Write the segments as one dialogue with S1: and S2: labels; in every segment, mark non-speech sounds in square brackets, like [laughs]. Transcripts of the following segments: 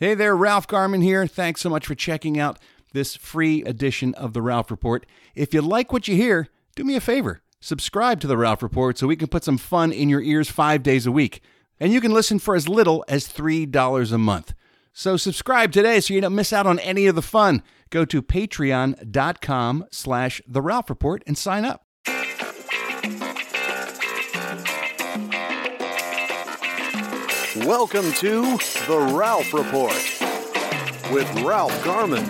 S1: Hey there, Ralph Garman here. Thanks so much for checking out this free edition of The Ralph Report. If you like what you hear, do me a favor subscribe to The Ralph Report so we can put some fun in your ears five days a week. And you can listen for as little as $3 a month. So subscribe today so you don't miss out on any of the fun. Go to patreon.com slash The Ralph Report and sign up.
S2: Welcome to The Ralph Report with Ralph Garman.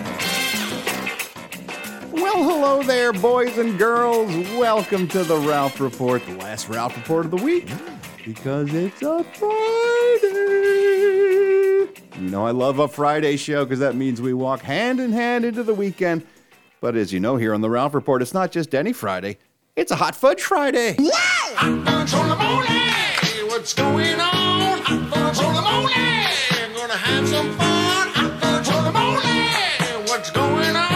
S1: Well, hello there, boys and girls. Welcome to the Ralph Report, the last Ralph Report of the week, because it's a Friday. You know, I love a Friday show because that means we walk hand in hand into the weekend. But as you know, here on the Ralph Report, it's not just any Friday, it's a Hot Fudge Friday.
S3: Hot dogs on the morning. What's going on? Hot dogs on the morning. Gonna have some fun. Hot dogs on the morning. What's going on?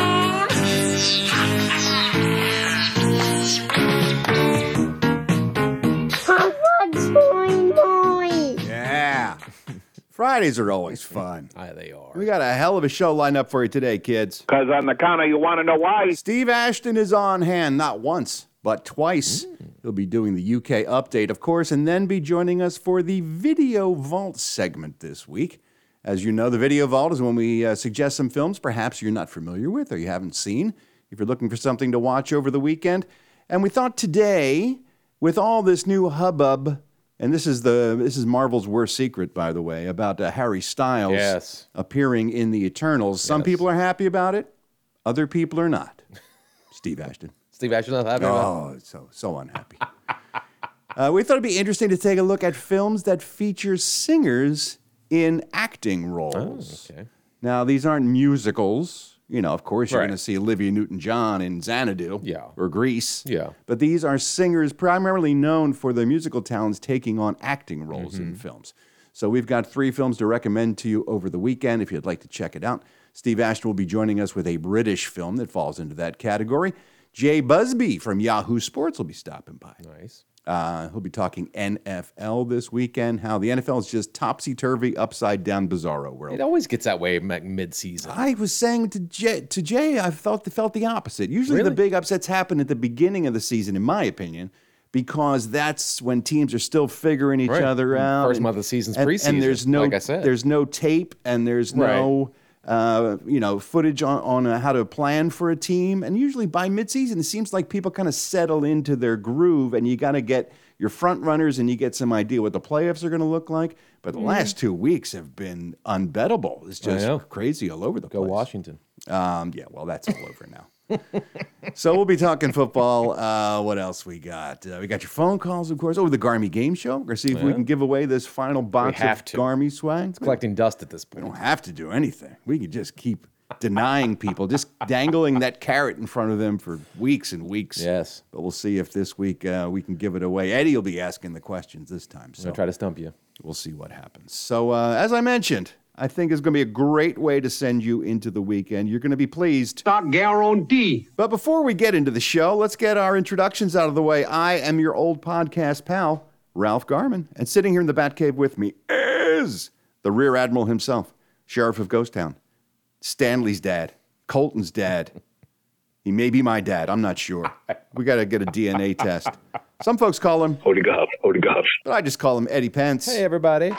S4: Hot dogs, boing, boing.
S1: Yeah. [laughs] Fridays are
S5: [laughs]
S1: always fun.
S5: they are.
S1: We got a hell of a show lined up for you today, kids.
S6: Because on the counter, you want to know why?
S1: Steve Ashton is on hand, not once, but twice.
S5: Mm.
S1: He'll be doing the UK update, of course, and then be joining us for the Video Vault segment this week. As you know, the Video Vault is when we uh, suggest some films perhaps you're not familiar with or you haven't seen, if you're looking for something to watch over the weekend. And we thought today, with all this new hubbub, and this is the this is Marvel's worst secret, by the way, about uh, Harry Styles
S5: Yes.
S1: appearing in the Eternals. Some people are happy about it, other people are not. [laughs] Steve Ashton.
S5: Steve Ashton not happy about
S1: Oh, so
S5: [laughs]
S1: so unhappy. uh, we thought it'd be interesting to take a look at films that feature singers in acting roles.
S5: Oh, okay.
S1: Now these aren't musicals. You know, of course, you're
S5: Right.
S1: going to see Olivia Newton-John in Xanadu
S5: Yeah.
S1: or Grease.
S5: Yeah.
S1: But these are singers primarily known for their musical talents taking on acting roles in films. So we've got three films to recommend to you over the weekend if you'd like to check it out. Steve Ashton will be joining us with a British film that falls into that category. Jay Busby from Yahoo Sports will be stopping by.
S5: Nice.
S1: Uh, he'll be talking NFL this weekend, how the NFL is just topsy turvy, upside down, bizarro world.
S5: It always gets that way like mid-season.
S1: I was saying to Jay, to Jay I felt felt the opposite. Usually, the
S5: Really?
S1: big upsets happen at the beginning of the season, in my opinion, because that's when teams are still figuring each
S5: Right.
S1: other out.
S5: First
S1: and-
S5: month of the season's
S1: and,
S5: preseason,
S1: and there's no
S5: like I said.
S1: there's no tape, and there's no uh, you know footage on on uh, how to plan for a team. And usually, by midseason, it seems like people kind of settle into their groove, and you got to get your front runners, and you get some idea what the playoffs are going to look like. But the last two weeks have been unbettable. It's just
S5: know.
S1: crazy all over the
S5: Go
S1: place.
S5: Washington.
S1: Um, yeah, well, that's all over now. [laughs] so we'll be talking football. Uh, what else we got? Uh, we got your phone calls, of course. Oh, the Garmy game show. We're gonna see if we can give away this final box
S5: have
S1: of
S5: to.
S1: Garmy swag. We
S5: Collecting dust at this point.
S1: don't have to do anything. We can just keep denying people, just [laughs] dangling that carrot in front of them for weeks and weeks.
S5: Yes.
S1: But we'll see if this week uh, we can give it away. Eddie will be asking the questions this time. So
S5: I try to stump you.
S1: we'll see what happens. So, uh, as I mentioned, I think it's going to be a great way to send you into the weekend. You're going to be pleased. Not guarantee. But before we get into the show, let's get our introductions out of the way. I am your old podcast pal, Ralph Garman, and sitting here in the Batcave with me is the Rear Admiral himself, Sheriff of Ghost Town, Stanley's dad, Colton's dad. He may be my dad. I'm not sure. We got to get
S5: [laughs]
S1: a DNA test. Some folks call him,
S7: Holy God, holy God.
S1: but I just call him Eddie Pence.
S5: Hey everybody.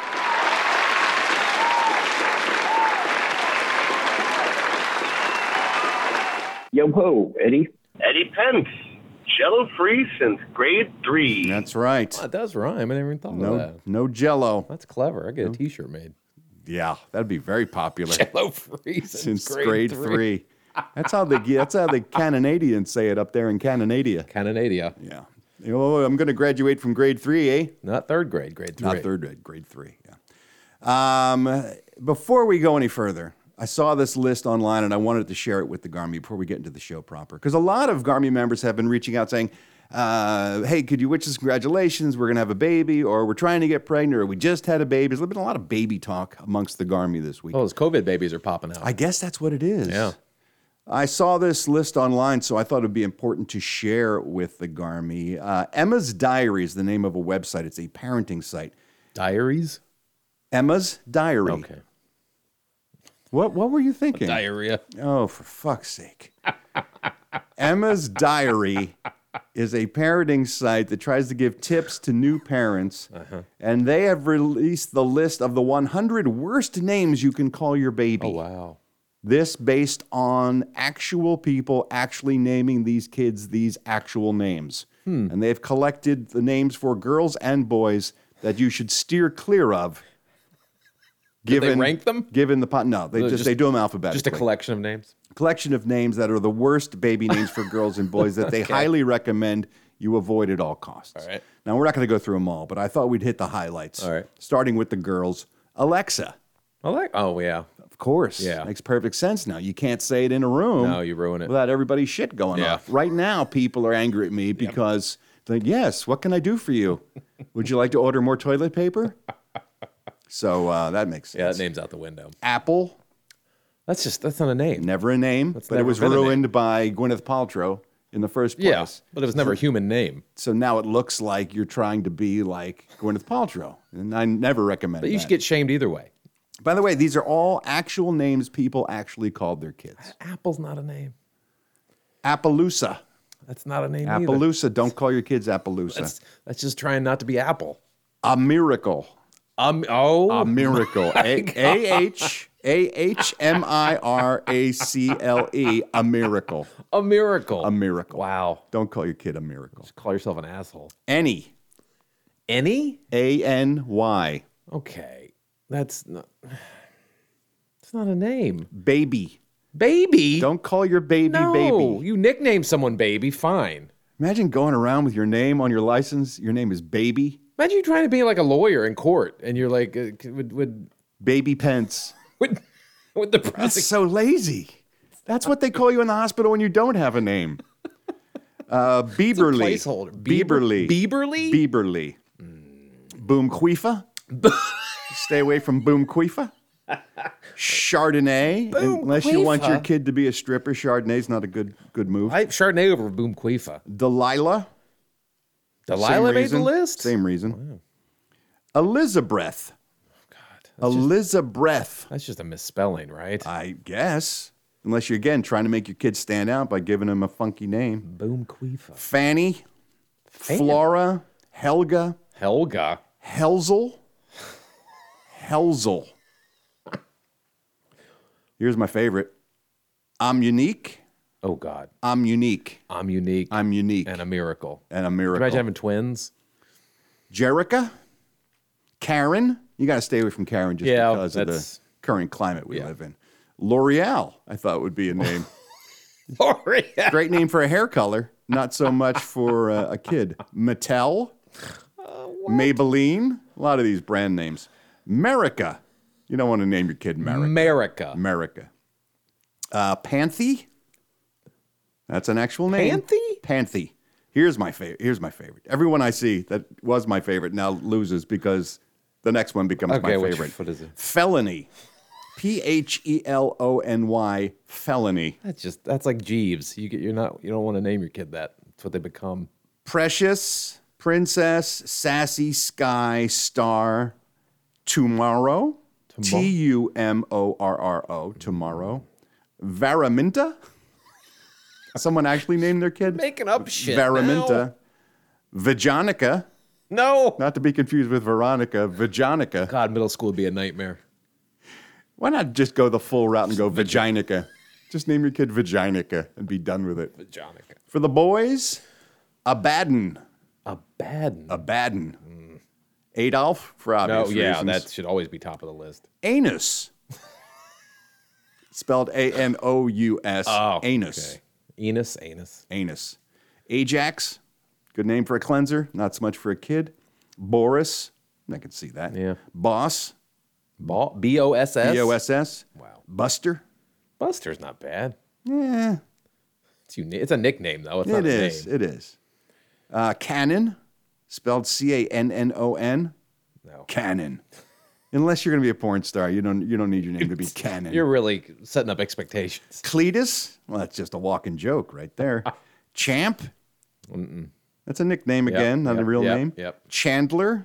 S7: Yo ho, Eddie. Eddie Pence. Jello free since grade three.
S1: That's right.
S5: That does rhyme. I never even thought
S1: No,
S5: of that.
S1: no Jello.
S5: That's clever. I get a T-shirt made.
S1: Yeah, that'd be very popular [laughs]
S5: Hello, freeze.
S1: since grade, three. That's how the that's
S5: [laughs]
S1: how the Cananadians say it up there in Cananadia.
S5: Cananadia.
S1: Yeah. Oh, I'm going to graduate from grade three, eh?
S5: Not third grade. Grade three.
S1: Not third grade, grade three. Yeah. Um, before we go any further, I saw this list online and I wanted to share it with the Garmy before we get into the show proper. Because a lot of Garmy members have been reaching out saying, uh, hey, could you wish us congratulations? We're going to have a baby, or we're trying to get pregnant, or we just had a baby. There's been a lot of baby talk amongst the Garmy this week.
S5: Oh, those COVID babies are popping out.
S1: I guess that's what it is.
S5: Yeah.
S1: I saw this list online, so I thought it would be important to share with the Garmy. Uh, Emma's Diary is the name of a website. It's a parenting site.
S5: Diaries.
S1: Emma's Diary.
S5: Okay.
S1: What What were you thinking?
S5: Diarrhea.
S1: Oh, for fuck's sake. [laughs] Emma's Diary is a parenting site that tries to give tips to new parents,
S5: Uh-huh.
S1: and they have released the list of the 100 worst names you can call your baby.
S5: Oh wow.
S1: This based on actual people actually naming these kids these actual names.
S5: Hmm.
S1: And they've collected the names for girls and boys that you should steer clear of.
S5: they rank them?
S1: Given the pot, no, they just,
S5: just-
S1: they do them alphabetically
S5: Just a collection of names.
S1: collection of names that are the worst baby names for girls and
S5: [laughs]
S1: boys that they highly recommend you avoid at all costs.
S5: All right.
S1: Now, we're not going to go through them all, but I thought we'd hit the highlights.
S5: All right.
S1: Starting with the girls. Alexa,
S5: I like. Oh yeah.
S1: of course.
S5: Yeah.
S1: Makes perfect sense now. You can't say it in a room.
S5: No, you ruin it.
S1: Without everybody's shit going
S5: Yeah.
S1: off. Right now, people are angry at me because they're like, yes, what can I do for you? Would you like to order more
S5: [laughs]
S1: toilet paper? So uh, that makes sense.
S5: Yeah, that name's out the window.
S1: Apple,
S5: That's just that's not a name.
S1: never a name, but it
S5: never
S1: was
S5: been a name.
S1: ruined by Gwyneth Paltrow in the first place.
S5: Yeah, but it was never a human name.
S1: So now it looks like you're trying to be like Gwyneth Paltrow, and I never recommend
S5: But you
S1: that.
S5: should get shamed either way.
S1: By the way, these are all actual names people actually called their kids.
S5: Apple's not a name.
S1: Appaloosa,
S5: That's not a name either.
S1: Appaloosa. Don't call your kids Appaloosa.
S5: That's, that's just trying not to be Apple.
S1: a miracle,
S5: Um. Oh. [laughs]
S1: a miracle. A A H A H M I R A C L E. A miracle,
S5: a miracle.
S1: a miracle.
S5: wow.
S1: Don't call your kid a miracle.
S5: Call yourself an asshole.
S1: Any,
S5: Any?
S1: A N Y,
S5: Okay. That's not. It's not a name.
S1: baby.
S5: Baby.
S1: Don't call your baby
S5: no.
S1: baby.
S5: You nickname someone baby. Fine.
S1: Imagine going around with your name on your license. Your name is Baby,
S5: Imagine you trying to be like a lawyer in court, and you're like, uh, c- would would [laughs]
S1: Baby Pence.
S5: would, would the
S1: That's
S5: prosecutor?
S1: so lazy. That's what they call you in the hospital when you don't have a name.
S5: [laughs]
S1: Uh, Bieberly.
S5: placeholder. Bieber-
S1: Bieberly.
S5: Bieberly? Mm.
S1: Bieberly.
S5: [laughs]
S1: Boom Queefa. Stay away from Boom Queefa. Chardonnay. Unless you want your
S5: Queefa.
S1: kid to be a stripper, Chardonnay's not a good good move.
S5: I Chardonnay over Boom Queefa.
S1: Delilah. Same
S5: Delilah made the
S1: reason.
S5: list.
S1: Same reason. Elizabeth.
S5: Oh, That's just-
S1: Elizabeth,
S5: That's just a misspelling, right?
S1: I guess. Unless you're again trying to make your kids stand out by giving them a funky name.
S5: Boom Queefa.
S1: Fanny, Flora, Helga,
S5: Helga.
S1: Helzel, Helzel. Here's my favorite. I'm unique.
S5: Oh God.
S1: I'm unique.
S5: I'm unique
S1: I'm unique.
S5: and a miracle.
S1: And a
S5: Can you
S1: miracle.
S5: Imagine having twins.
S1: Jerica, Karen. You got to stay away from Karen just
S5: Yeah,
S1: because of the
S5: that's-
S1: current climate we
S5: Yeah.
S1: live in. L'Oreal, I thought would be
S5: [laughs]
S1: a name.
S5: Gloria.
S1: Great name for a hair color, not so much for uh, a kid. Mattel,
S5: Uh,
S1: Maybelline, a lot of these brand names. America. You don't want to name your kid America.
S5: America.
S1: America. Uh, Panthy. That's an actual name.
S5: Panthy?
S1: Panthy. Here's my favorite. Here's my favorite. Everyone I see that was my favorite now loses because the next one becomes
S5: Okay,
S1: my
S5: which
S1: favorite.
S5: foot is it?
S1: Felony. P H E L O N Y. Felony.
S5: That's just that's like Jeeves. You get you're not you don't want to name your kid that. That's what they become.
S1: Precious, Princess, Sassy, Sky, Star, Tomorrow, T U M O R R O, Tomorrow, Varaminta. Someone actually named their kid
S5: Making up shit.
S1: Varaminta, Vajonica,
S5: No.
S1: not to be confused with Veronica, Vajonica.
S5: God, middle school would be a nightmare.
S1: Why not just go the full route and go Vaginica? Just name your kid Vaginica and be done with it.
S5: Jonica.
S1: For the boys, Abaddon,
S5: A bad
S1: Abaddon. Adolf, for
S5: No,
S1: obvious
S5: yeah,
S1: reasons.
S5: that should always be top of the list. [laughs]
S1: anus. Spelled A N O U S.
S5: Oh,
S1: Anus.
S5: Okay. Enos, anus.
S1: Anus. Ajax. Good name for a cleanser, not so much for a kid. Boris. I can see that.
S5: Yeah.
S1: Boss.
S5: Ball, B O S S.
S1: B O S S.
S5: Wow.
S1: Buster.
S5: Buster's not bad.
S1: Yeah,
S5: It's, uni- it's a nickname though. It's
S1: it
S5: not a
S1: is.
S5: name.
S1: It is. Uh, Cannon. Spelled C A N N O N.
S5: No.
S1: Cannon. Unless you're going to be a porn star, you don't you don't need your name to be
S5: [laughs]
S1: Cannon.
S5: You're really setting up expectations.
S1: Cletus. Well, that's just a walking joke right there.
S5: [laughs]
S1: Champ. That's a nickname again, not a
S5: yep,
S1: real
S5: yep,
S1: name.
S5: yep.
S1: Chandler.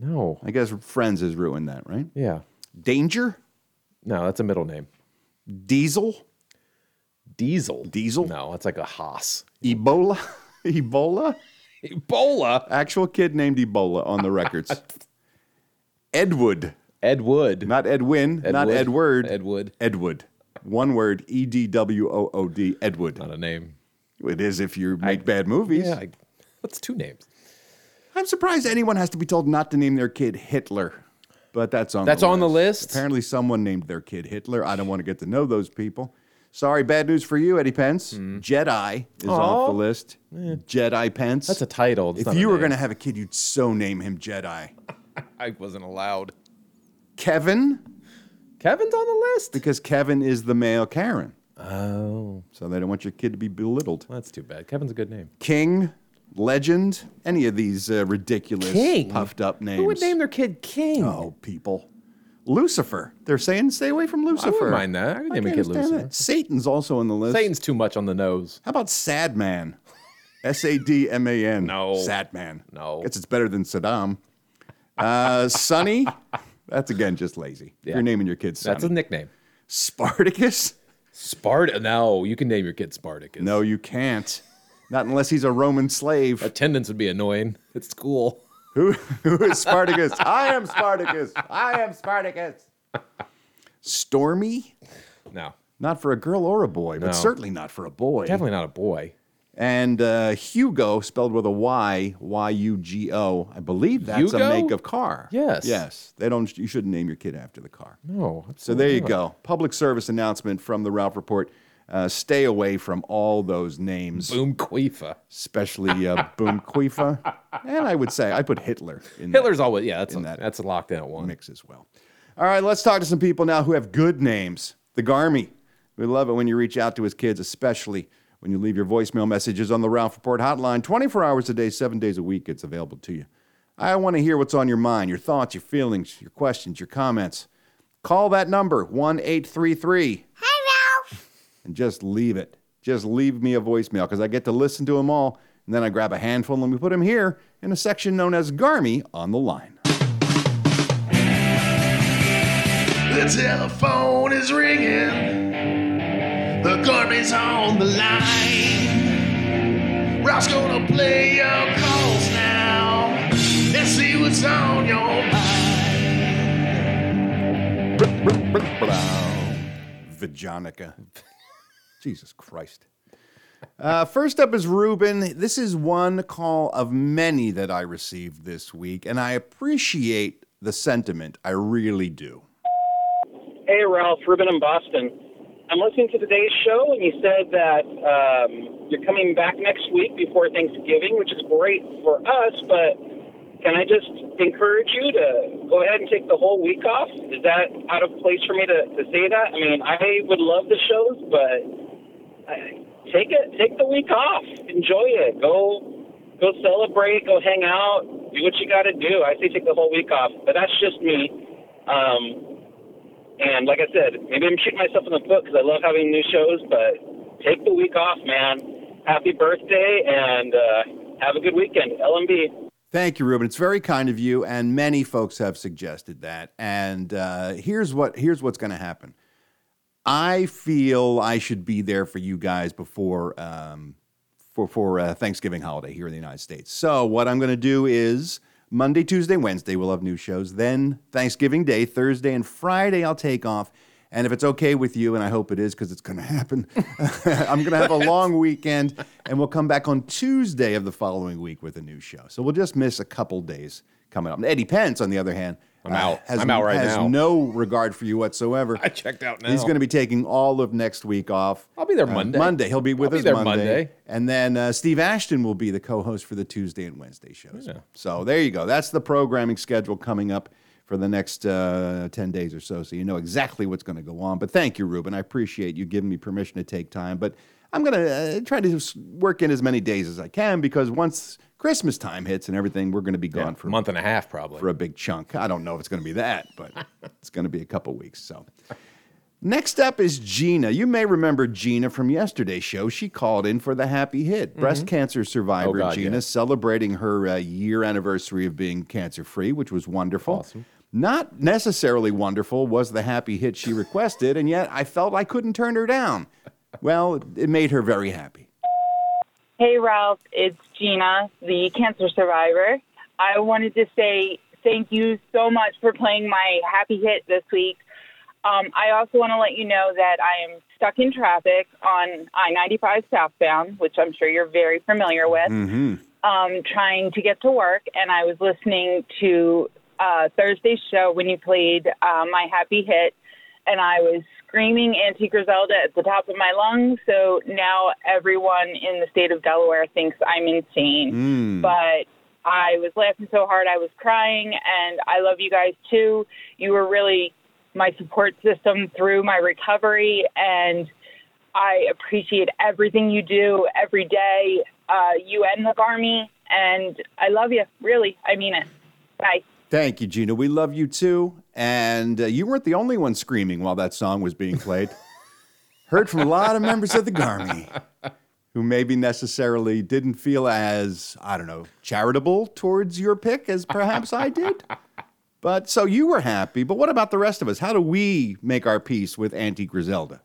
S5: No.
S1: I guess Friends has ruined that, right?
S5: Yeah.
S1: Danger.
S5: No, that's a middle name.
S1: Diesel?
S5: Diesel.
S1: Diesel?
S5: No, that's like a Haas.
S1: Ebola? [laughs] Ebola?
S5: Ebola.
S1: Actual kid named Ebola
S5: [laughs]
S1: on the records. Edward.
S5: Ed Wood.
S1: Not Edwin, not
S5: Wood.
S1: Edward.
S5: Ed Wood.
S1: Edward. One word, E D W O O D, Edward.
S5: Not a name.
S1: It is if you make bad movies.
S5: Yeah, I, that's two names.
S1: I'm surprised anyone has to be told not to name their kid Hitler. But that's on
S5: That's
S1: the
S5: on the
S1: list.
S5: list?
S1: Apparently someone named their kid Hitler. I don't want to get to know those people. Sorry, bad news for you, Eddie Pence.
S5: Hmm.
S1: Jedi is off the list. Jedi Pence.
S5: Eh. That's a title. It's
S1: if
S5: not a
S1: you were
S5: name.
S1: going to have a kid, you'd so name him Jedi.
S5: I wasn't allowed.
S1: Kevin,
S5: Kevin's on the list.
S1: because Kevin is the male Karen.
S5: Oh,
S1: So they don't want your kid to be belittled.
S5: that's too bad. Kevin's a good name.
S1: King, legend, any of these uh, ridiculous
S5: King?
S1: puffed up names.
S5: Who would name their kid King?
S1: Oh, people. Lucifer. They're saying stay away from
S5: I
S1: Lucifer.
S5: wouldn't mind that. I would
S1: I
S5: name a
S1: can't
S5: kid
S1: understand
S5: Lucifer.
S1: that. Satan's also on the list.
S5: Satan's too much on the nose.
S1: How about Sad Man? S A D M A N.
S5: No.
S1: Sad Man.
S5: No.
S1: Guess it's better than Saddam. Uh,
S5: [laughs]
S1: Sonny. That's again just lazy.
S5: Yeah.
S1: You're naming your kids Sonny.
S5: That's a nickname.
S1: Spartacus?
S5: Sparta. No, you can name your kid Spartacus.
S1: No, you can't. Not unless he's a Roman slave.
S5: Attendance would be annoying at school.
S1: Who, who
S5: [laughs]
S1: is Spartacus? I am Spartacus. I am Spartacus. Stormy?
S5: No,
S1: Not for a girl or a boy,
S5: No.
S1: but certainly not for a boy.
S5: definitely not a boy.
S1: And uh, Hugo, spelled with a Y, Y U G O. I believe that's
S5: Hugo?
S1: a make of car.
S5: Yes.
S1: Yes. They don't. You shouldn't name your kid after the car.
S5: No.
S1: So there you go. Public service announcement from the Ralph Report. Uh, stay away from all those names,
S5: Boom Queefa.
S1: especially uh, Boom
S5: [laughs]
S1: Queefa. And I would say I put Hitler in that
S5: Hitler's always yeah. That's a,
S1: that-
S5: that's a locked out one.
S1: mix as well. All right, let's talk to some people now who have good names. The Garmy. We love it when you reach out to his kids, especially when you leave your voicemail messages on the Ralph Report hotline 24 hours a day, seven days a week. It's available to you. I want to hear what's on your mind, your thoughts, your feelings, your questions, your comments. Call that number, 1 833,
S3: Hi, Ralph.
S1: and just leave it. Just leave me a voicemail because I get to listen to them all. And then I grab a handful and we put them here in a section known as Garmy on the line.
S8: The telephone is ringing. The garbage on the line. Ralph's gonna play your calls now. Let's see what's on your mind.
S1: Vajonica. Jesus Christ. Uh, first up is Ruben. This is one call of many that I received this week, and I appreciate the sentiment. I really do.
S9: Hey, Ralph, Ruben in Boston. I'm listening to today's show, and you said that um, you're coming back next week before Thanksgiving, which is great for us, but can I just encourage you to go ahead and take the whole week off? Is that out of place for me to, to say that? I mean, I would love the shows, but I, take it, take the week off. Enjoy it. Go, go celebrate. Go hang out. Do what you got to do. I say take the whole week off, but that's just me. Um, and like I said, maybe I'm shooting myself in the foot because I love having new shows, but take the week off, man. Happy birthday and uh, have a good weekend. LMB.
S1: Thank you, Ruben. It's very kind of you, and many folks have suggested that. And uh, here's what here's what's going to happen. I feel I should be there for you guys before um, for for uh, Thanksgiving holiday here in the United States. So what I'm going to do is Monday, Tuesday, Wednesday we'll have new shows. Then Thanksgiving Day, Thursday and Friday I'll take off. And if it's okay with you, and I hope it is because it's going to happen, [laughs] I'm going to have a long weekend, and we'll come back on Tuesday of the following week with a new show. So we'll just miss a couple days coming up. Eddie Pence, on the other hand, uh,
S5: I'm out.
S1: has,
S5: I'm out right
S1: has
S5: now.
S1: no regard for you whatsoever.
S5: I checked out now.
S1: He's going to be taking all of next week off.
S5: I'll be there
S1: Uh,
S5: Monday.
S1: Monday. He'll be
S5: I'll
S1: with
S5: be
S1: us
S5: there
S1: Monday.
S5: Monday.
S1: And then uh, Steve Ashton will be the co host for the Tuesday and Wednesday shows. So there you go. That's the programming schedule coming up for the next uh, 10 days or so. So you know exactly what's going to go on. But thank you, Ruben. I appreciate you giving me permission to take time. But I'm going to uh, try to s- work in as many days as I can because once Christmas time hits and everything, we're going to be gone
S5: Yeah,
S1: for
S5: month and a half probably.
S1: for a big chunk. I don't know if it's going to be that, but
S5: [laughs]
S1: it's going to be a couple weeks. So, next up is Gina. You may remember Gina from yesterday's show. She called in for the happy hit.
S5: Mm-hmm.
S1: Breast cancer survivor
S5: Oh, God,
S1: Gina
S5: yeah.
S1: celebrating her uh, year anniversary of being cancer free, which was wonderful. Not necessarily wonderful was the happy hit she requested, and yet I felt I couldn't turn her down. Well, it made her very happy.
S10: Hey, Ralph, it's Gina, the cancer survivor. I wanted to say thank you so much for playing my happy hit this week. Um, I also want to let you know that I am stuck in traffic on I 95 southbound, which I'm sure you're very familiar with,
S1: Mm-hmm.
S10: um, trying to get to work. And I was listening to uh, Thursday's show when you played uh, my happy hit, and I was screaming Auntie Griselda at the top of my lungs. So now everyone in the state of Delaware thinks I'm insane.
S3: Mm.
S10: But I was laughing so hard I was crying, and I love you guys too. You were really my support system through my recovery, and I appreciate everything you do every day. Uh, you and the Army, and I love you. Really, I mean it. Bye.
S1: Thank you, Gina. We love you too. And uh, you weren't the only one screaming while that song was being played. [laughs] Heard from a lot of members of the Garmy who maybe necessarily didn't feel as, I don't know, charitable towards your pick as perhaps I did. But so you were happy. But what about the rest of us? How do we make our peace with Auntie Griselda?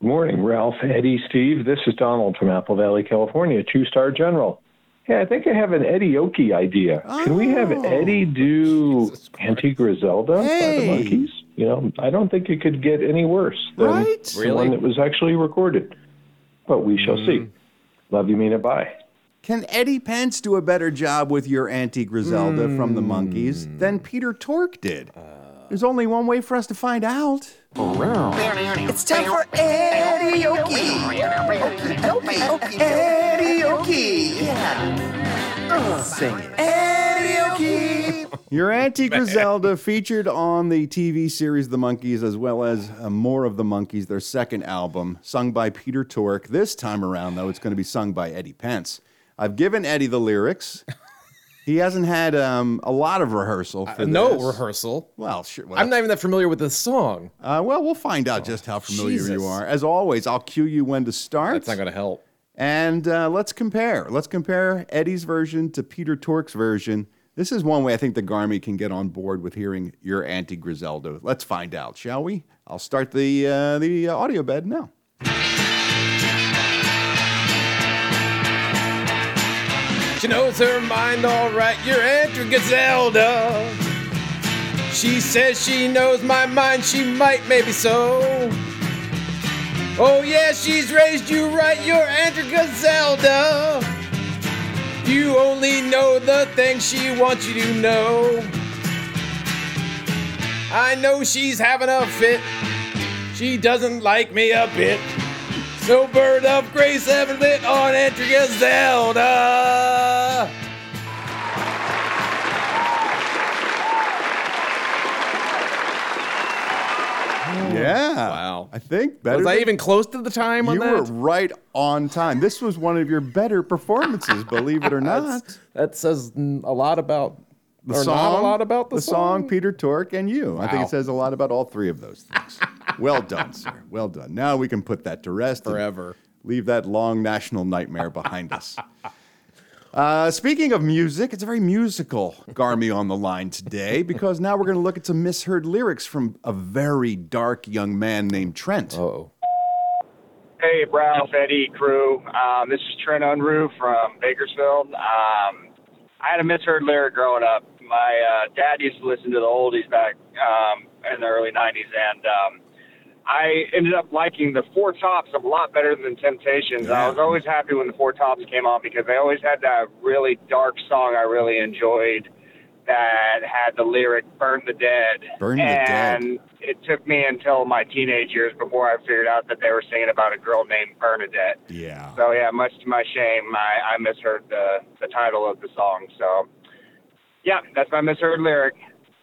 S11: Morning, Ralph, Eddie, Steve. This is Donald from Apple Valley, California, two star general. Hey, I think I have an Eddie Oki idea. Can we have Eddie do Auntie Griselda by the Monkeys? You know, I don't think it could get any worse than
S1: Right?
S11: the
S1: Really?
S11: one that was actually recorded. But we shall see. Love you, Mina. Bye.
S1: Can Eddie Pence do a better job with your Auntie Griselda from the Monkees than Peter Tork did? There's only one way for us to find out.
S3: It's time for Eddie Okie. Eddie Okie. Yeah. Sing it. Eddie Okie.
S1: Your Auntie Griselda featured on the TV series The Monkees, as well as uh, More of the Monkees, their second album, sung by Peter Tork. This time around, though, it's going to be sung by Eddie Pence. I've given Eddie the lyrics. He hasn't had um, a lot of rehearsal for this.
S5: Uh, no rehearsal.
S1: Well, sure. well,
S5: I'm not even that familiar with the song.
S1: Uh, well, we'll find out just how familiar
S5: Jesus.
S1: you are. As always, I'll cue you when to start. That's not going
S5: to help.
S1: And uh, let's compare. Let's compare Eddie's version to Peter Tork's version. This is one way I think the Garmy can get on board with hearing your Auntie Griselda. Let's find out, shall we? I'll start the uh, the uh, audio bed now.
S5: She knows her mind all right. You're Andrew Gazelda. She says she knows my mind. She might, maybe so. Oh yeah, she's raised you right. You're Andrew Gazelda. You only know the things she wants you to know. I know she's having a fit. She doesn't like me a bit. So bird of grace haven't been on Andrew Gazelda.
S1: Yeah. Wow. I think better.
S5: Was I
S1: than-
S5: even close to the time on
S1: You
S5: that?
S1: were right on time. This was one of your better performances, believe it or
S5: [laughs]
S1: not.
S5: That's- that says mm, a lot about
S1: the
S5: or
S1: song,
S5: not a lot about the,
S1: song, Peter Tork, and you. I think
S5: Wow.
S1: it says a lot about all three of those
S5: [laughs]
S1: things. well done, sir. Well done. Now we can put that to rest and
S5: Forever.
S1: Leave that long national nightmare behind us. Uh, speaking of music, it's a very musical Garmy on the line today because now we're going to look at some misheard lyrics from a very dark young man named Trent.
S5: Oh,
S12: Hey, Ralph, Eddie, crew. Um, this is Trent Unruh from Bakersfield. Um, I had a misheard lyric growing up. My uh, dad used to listen to the oldies back um, in the early 90s, and um, I ended up liking the Four Tops a lot better than Temptations. I was always happy when the Four Tops came on because they always had that really dark song I really enjoyed that had the lyric "Burn the Dead."
S3: Burn the
S12: and
S3: dead.
S12: it took me until my teenage years before I figured out that they were singing about a girl named Bernadette.
S1: Yeah.
S12: So yeah, much to my shame, I, I misheard the the title of the song. So yeah, that's my misheard lyric.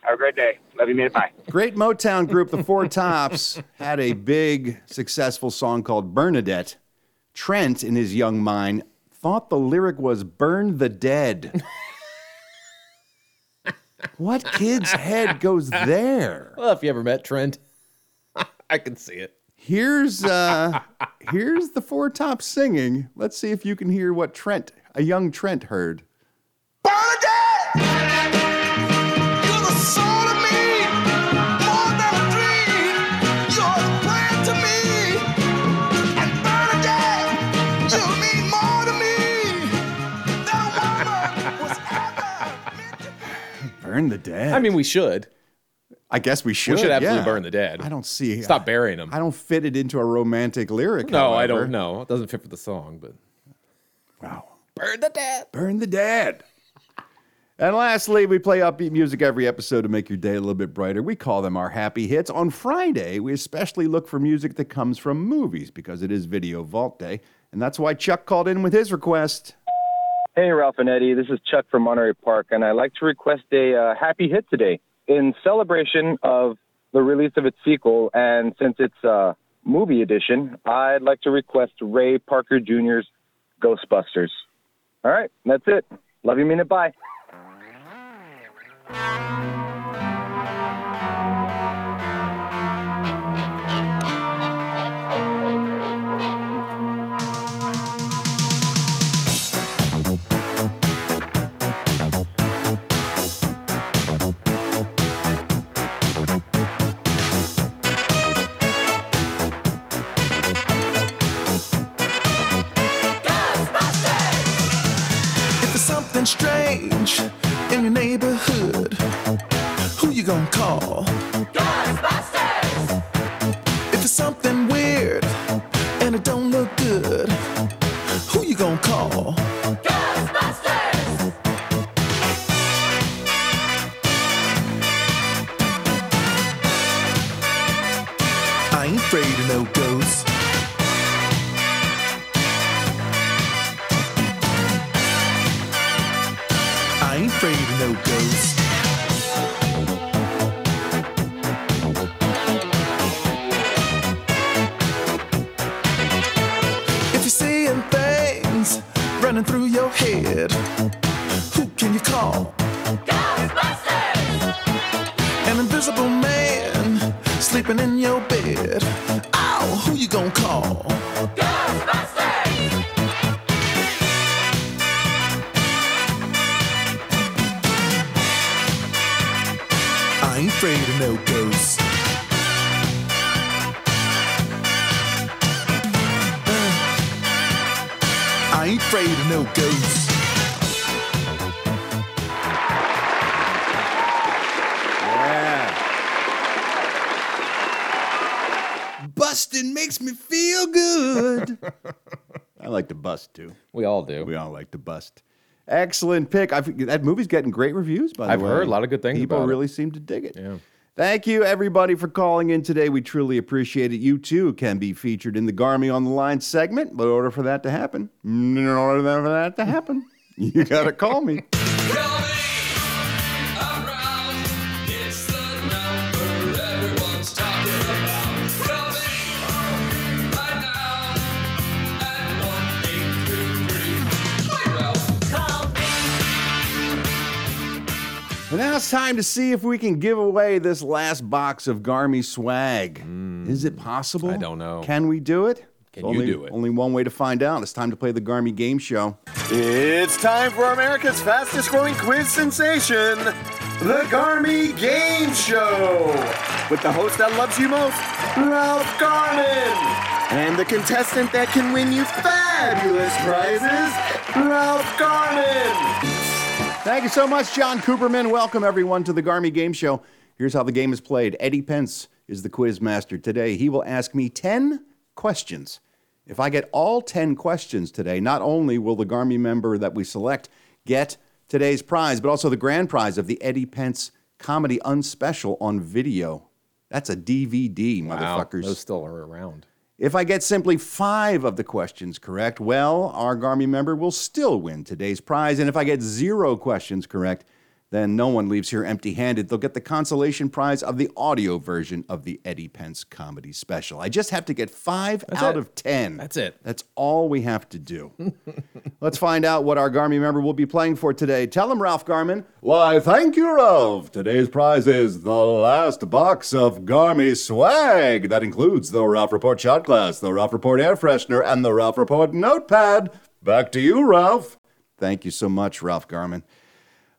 S12: Have a great day. Love you, man. Bye.
S1: Great Motown group, the Four Tops, had a big, successful song called Bernadette. Trent, in his young mind, thought the lyric was Burn the Dead. what kid's head goes there?
S5: well, if you ever met Trent, [laughs] I can see it.
S1: Here's uh here's the Four Tops singing. Let's see if you can hear what Trent, a young Trent heard.
S3: You're the soul of
S1: burn the dead.
S5: I mean, we should.
S1: I guess we should.
S5: We should absolutely
S1: yeah.
S5: burn the dead.
S1: I don't see.
S5: Stop burying them.
S1: I don't fit it into a romantic lyric.
S5: no, I
S1: however.
S5: don't know. It doesn't fit for the song, but
S1: Burn the dead. Burn the dead. And lastly, we play upbeat music every episode to make your day a little bit brighter. We call them our happy hits. On Friday, we especially look for music that comes from movies because it is Video Vault Day. And that's why Chuck called in with his request.
S13: Hey, Ralph and Eddie. This is Chuck from Monterey Park, and I'd like to request a uh, happy hit today in celebration of the release of its sequel. And since it's uh, movie edition, I'd like to request Ray Parker Jr.'s Ghostbusters. All right, that's it. Love you, mean it. Bye.
S8: If there's something strange in your neighborhood, who you gonna call? Ghostbusters! If it's something weird and it don't look good, who you gonna call? Ghostbusters! I ain't afraid of no ghosts. I ain't afraid of no ghosts. If you're seeing things running through your head, who can you call? Ghostbusters! An invisible man sleeping in your bed. Ow, who you gonna call? Ghostbusters! I ain't afraid of no ghosts. Uh, I ain't afraid of no ghosts.
S1: Yeah. Bustin' makes me feel good. I like to bust too.
S5: We all do.
S1: We all like to bust. Excellent pick. I've, that movie's getting great reviews, by the
S5: I've
S1: way.
S5: heard a lot of good things
S1: People
S5: about it.
S1: really seem to dig it. Yeah. Thank you, everybody, for calling in today. We truly appreciate it. You too can be featured in the Garmy on the Line segment. But in order for that to happen, in order for that to happen, you got to call me.
S3: It's the number everyone's talking about. Call me right now at 1-833. Hey, Ralph. Call
S1: But now it's time to see if we can give away this last box of Garmy swag. Is it possible? Hmm. I don't know. Can we do it? Can
S5: you do it?
S1: Only one way to find out. It's time to play the Garmy game show.
S2: It's time for America's fastest growing quiz sensation, the Garmy Game Show, with the host that loves you most, Ralph Garman, and the contestant that can win you fabulous prizes, Ralph Garman.
S1: Thank you so much, John Cooperman. Welcome, everyone, to the Garmy Game Show. Here's how the game is played Eddie Pence is the quiz master today. He will ask me 10 questions. If I get all 10 questions today, not only will the Garmy member that we select get today's prize, but also the grand prize of the Eddie Pence Comedy Unspecial on video. That's a DVD, motherfuckers.
S5: those still are around.
S1: If I get simply five of the questions correct, well, our Garmy member will still win today's prize. And if I get zero questions correct, then no one leaves here empty handed. They'll get the consolation prize of the audio version of the Eddie Pence comedy special. I just have to get five
S5: That's
S1: out
S5: it.
S1: of 10.
S5: That's it.
S1: That's all we have
S5: [laughs]
S1: to do. Let's find out what our Garmy member will be playing for today. Tell him, Ralph Garman.
S14: Why, thank you, Ralph. Today's prize is the last box of Garmy swag. That includes the Ralph Report shot glass, the Ralph Report air freshener, and the Ralph Report notepad. Back to you, Ralph.
S1: Thank you so much, Ralph Garman.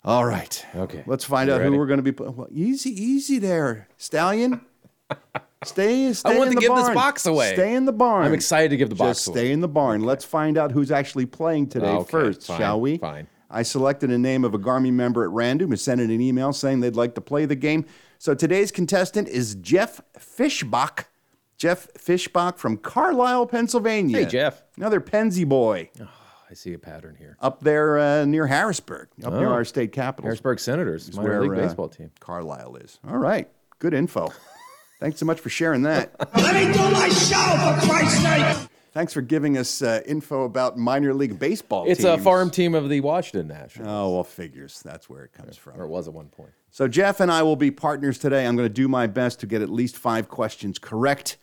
S1: All right. Okay. Let's find
S5: You
S1: out
S5: ready?
S1: who we're going to be. pl- Well, easy, easy there,
S5: [laughs]
S1: Stallion. stay, stay
S5: wanted to
S1: in the
S5: give this
S1: barn.
S5: box away.
S1: Stay in the barn.
S5: I'm excited to give the box
S1: Just
S5: away.
S1: Stay in the barn. Let's find out who's actually playing today
S5: Okay,
S1: first,
S5: fine,
S1: shall we?
S5: Fine.
S1: I selected a name of a Garmy member at random who sent in an email saying they'd like to play the game. So today's contestant is Jeff Fishbach. Jeff Fishbach from Carlisle, Pennsylvania.
S5: Hey, Jeff.
S1: Another Pennsy boy
S5: I see a pattern here.
S1: up there uh, near Harrisburg, up near
S5: Oh.
S1: our state capital.
S5: Harrisburg Senators,
S1: It's
S5: minor
S1: where,
S5: league
S1: uh,
S5: baseball team.
S1: Carlisle is. All right.
S5: [laughs]
S1: Good info. Thanks so much for sharing that.
S3: Let me do my show, for Christ's sake!
S1: Thanks for giving us uh, info about minor league baseball.
S5: It's uh, a
S1: teams.
S5: farm team of the Washington Nationals.
S1: Oh, well, figures. That's where it comes from.
S5: Or it was at one point.
S1: So Jeff and I will be partners today. I'm going to do my best to get at least five questions correct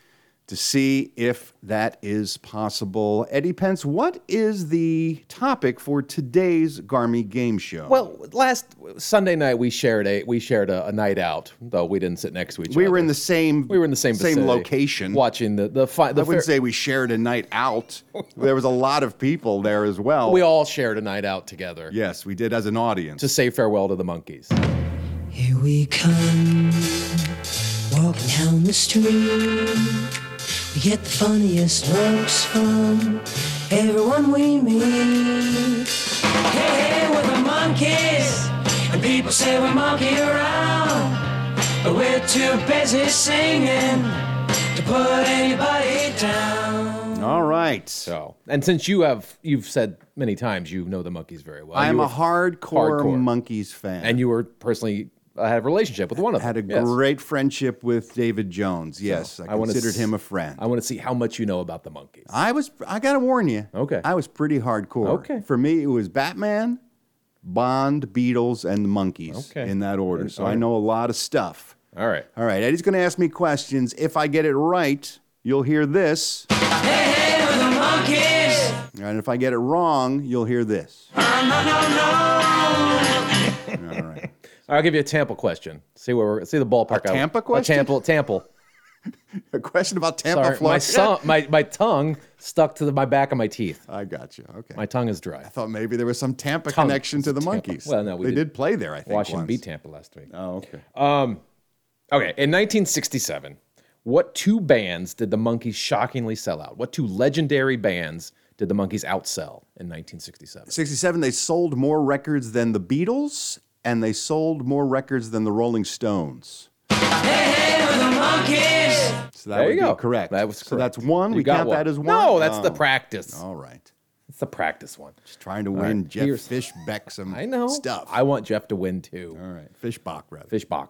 S1: to see if that is possible. Eddie Pence, what is the topic for today's Garmy game show?
S5: Well, last Sunday night we shared a we shared a, a night out, though we didn't sit next to each
S1: we
S5: other.
S1: were in the same
S5: we were in the same
S1: same
S5: vicinity,
S1: location.
S5: watching the the, fi- the
S1: I wouldn't
S5: fair-
S1: say we shared a night out. there was a lot of people there as well.
S5: we all shared a night out together
S1: yes, we did as an audience
S5: to say farewell to the monkeys.
S15: Here we come, walking down the street. We get the funniest looks from everyone we meet. Hey, hey, we're the monkeys, and people say we monkey around. But we're too busy singing to put anybody down.
S1: All right.
S5: So, and since you have you've said many times you know the monkeys very well.
S1: I am
S5: You
S1: a
S5: were-
S1: hardcore,
S5: hardcore.
S1: monkeys fan.
S5: and you were personally I had a relationship with one of
S1: had a
S5: them. yes.
S1: great friendship with David Jones. Yes,
S5: So,
S1: I,
S5: I wanna s-
S1: considered him a friend.
S5: I want to see how much you know about the monkeys.
S1: I was. I gotta warn you. Okay. I was pretty hardcore.
S5: Okay.
S1: For me, it was Batman, Bond, Beatles, and the Monkeys.
S5: Okay.
S1: In that order.
S5: And-
S1: So
S5: all
S1: I
S5: right.
S1: know a lot of stuff.
S5: All right.
S1: All right. Eddie's gonna ask me questions. If I get it right, you'll hear this.
S15: Hey, we're the monkeys.
S1: And if I get it wrong, you'll hear this. [laughs]
S5: All right, I'll give you a Tampa question. See where we're see the ballpark.
S1: A
S5: I-
S1: Tampa question?
S5: A Tampa. Tampa.
S1: A question about Tampa,
S5: Sorry, my,
S1: Florida. [laughs]
S5: son, my my tongue stuck to the, my back of my teeth.
S1: I got you. Okay.
S5: My tongue is dry. I
S1: thought maybe there was some Tampa
S5: Tongue.
S1: connection to the monkeys.
S5: Well, no, we
S1: they
S5: did-
S1: did, play there. I think
S5: Washington
S1: once.
S5: beat Tampa last week.
S1: Oh, okay.
S5: Um, okay. In 1967, what two bands did the Monkees shockingly sell out? What two legendary bands did the Monkees outsell in 1967?
S1: 67 they sold more records than the beatles and they sold more records than the rolling stones
S15: Hey, we're the monkeys.
S1: so that
S5: There
S1: would
S5: you go.
S1: be correct
S5: That was
S1: so that's
S5: correct.
S1: one
S5: You
S1: we
S5: got
S1: count
S5: one.
S1: that as one
S5: No, that's the
S1: Oh.
S5: practice.
S1: all right
S5: It's the practice one.
S1: just trying to
S5: All
S1: win
S5: right,
S1: jeff
S5: here's-
S1: fishbeck some
S5: I know
S1: stuff
S5: I want Jeff to win too.
S1: all right fishbach rather
S5: Fishbach.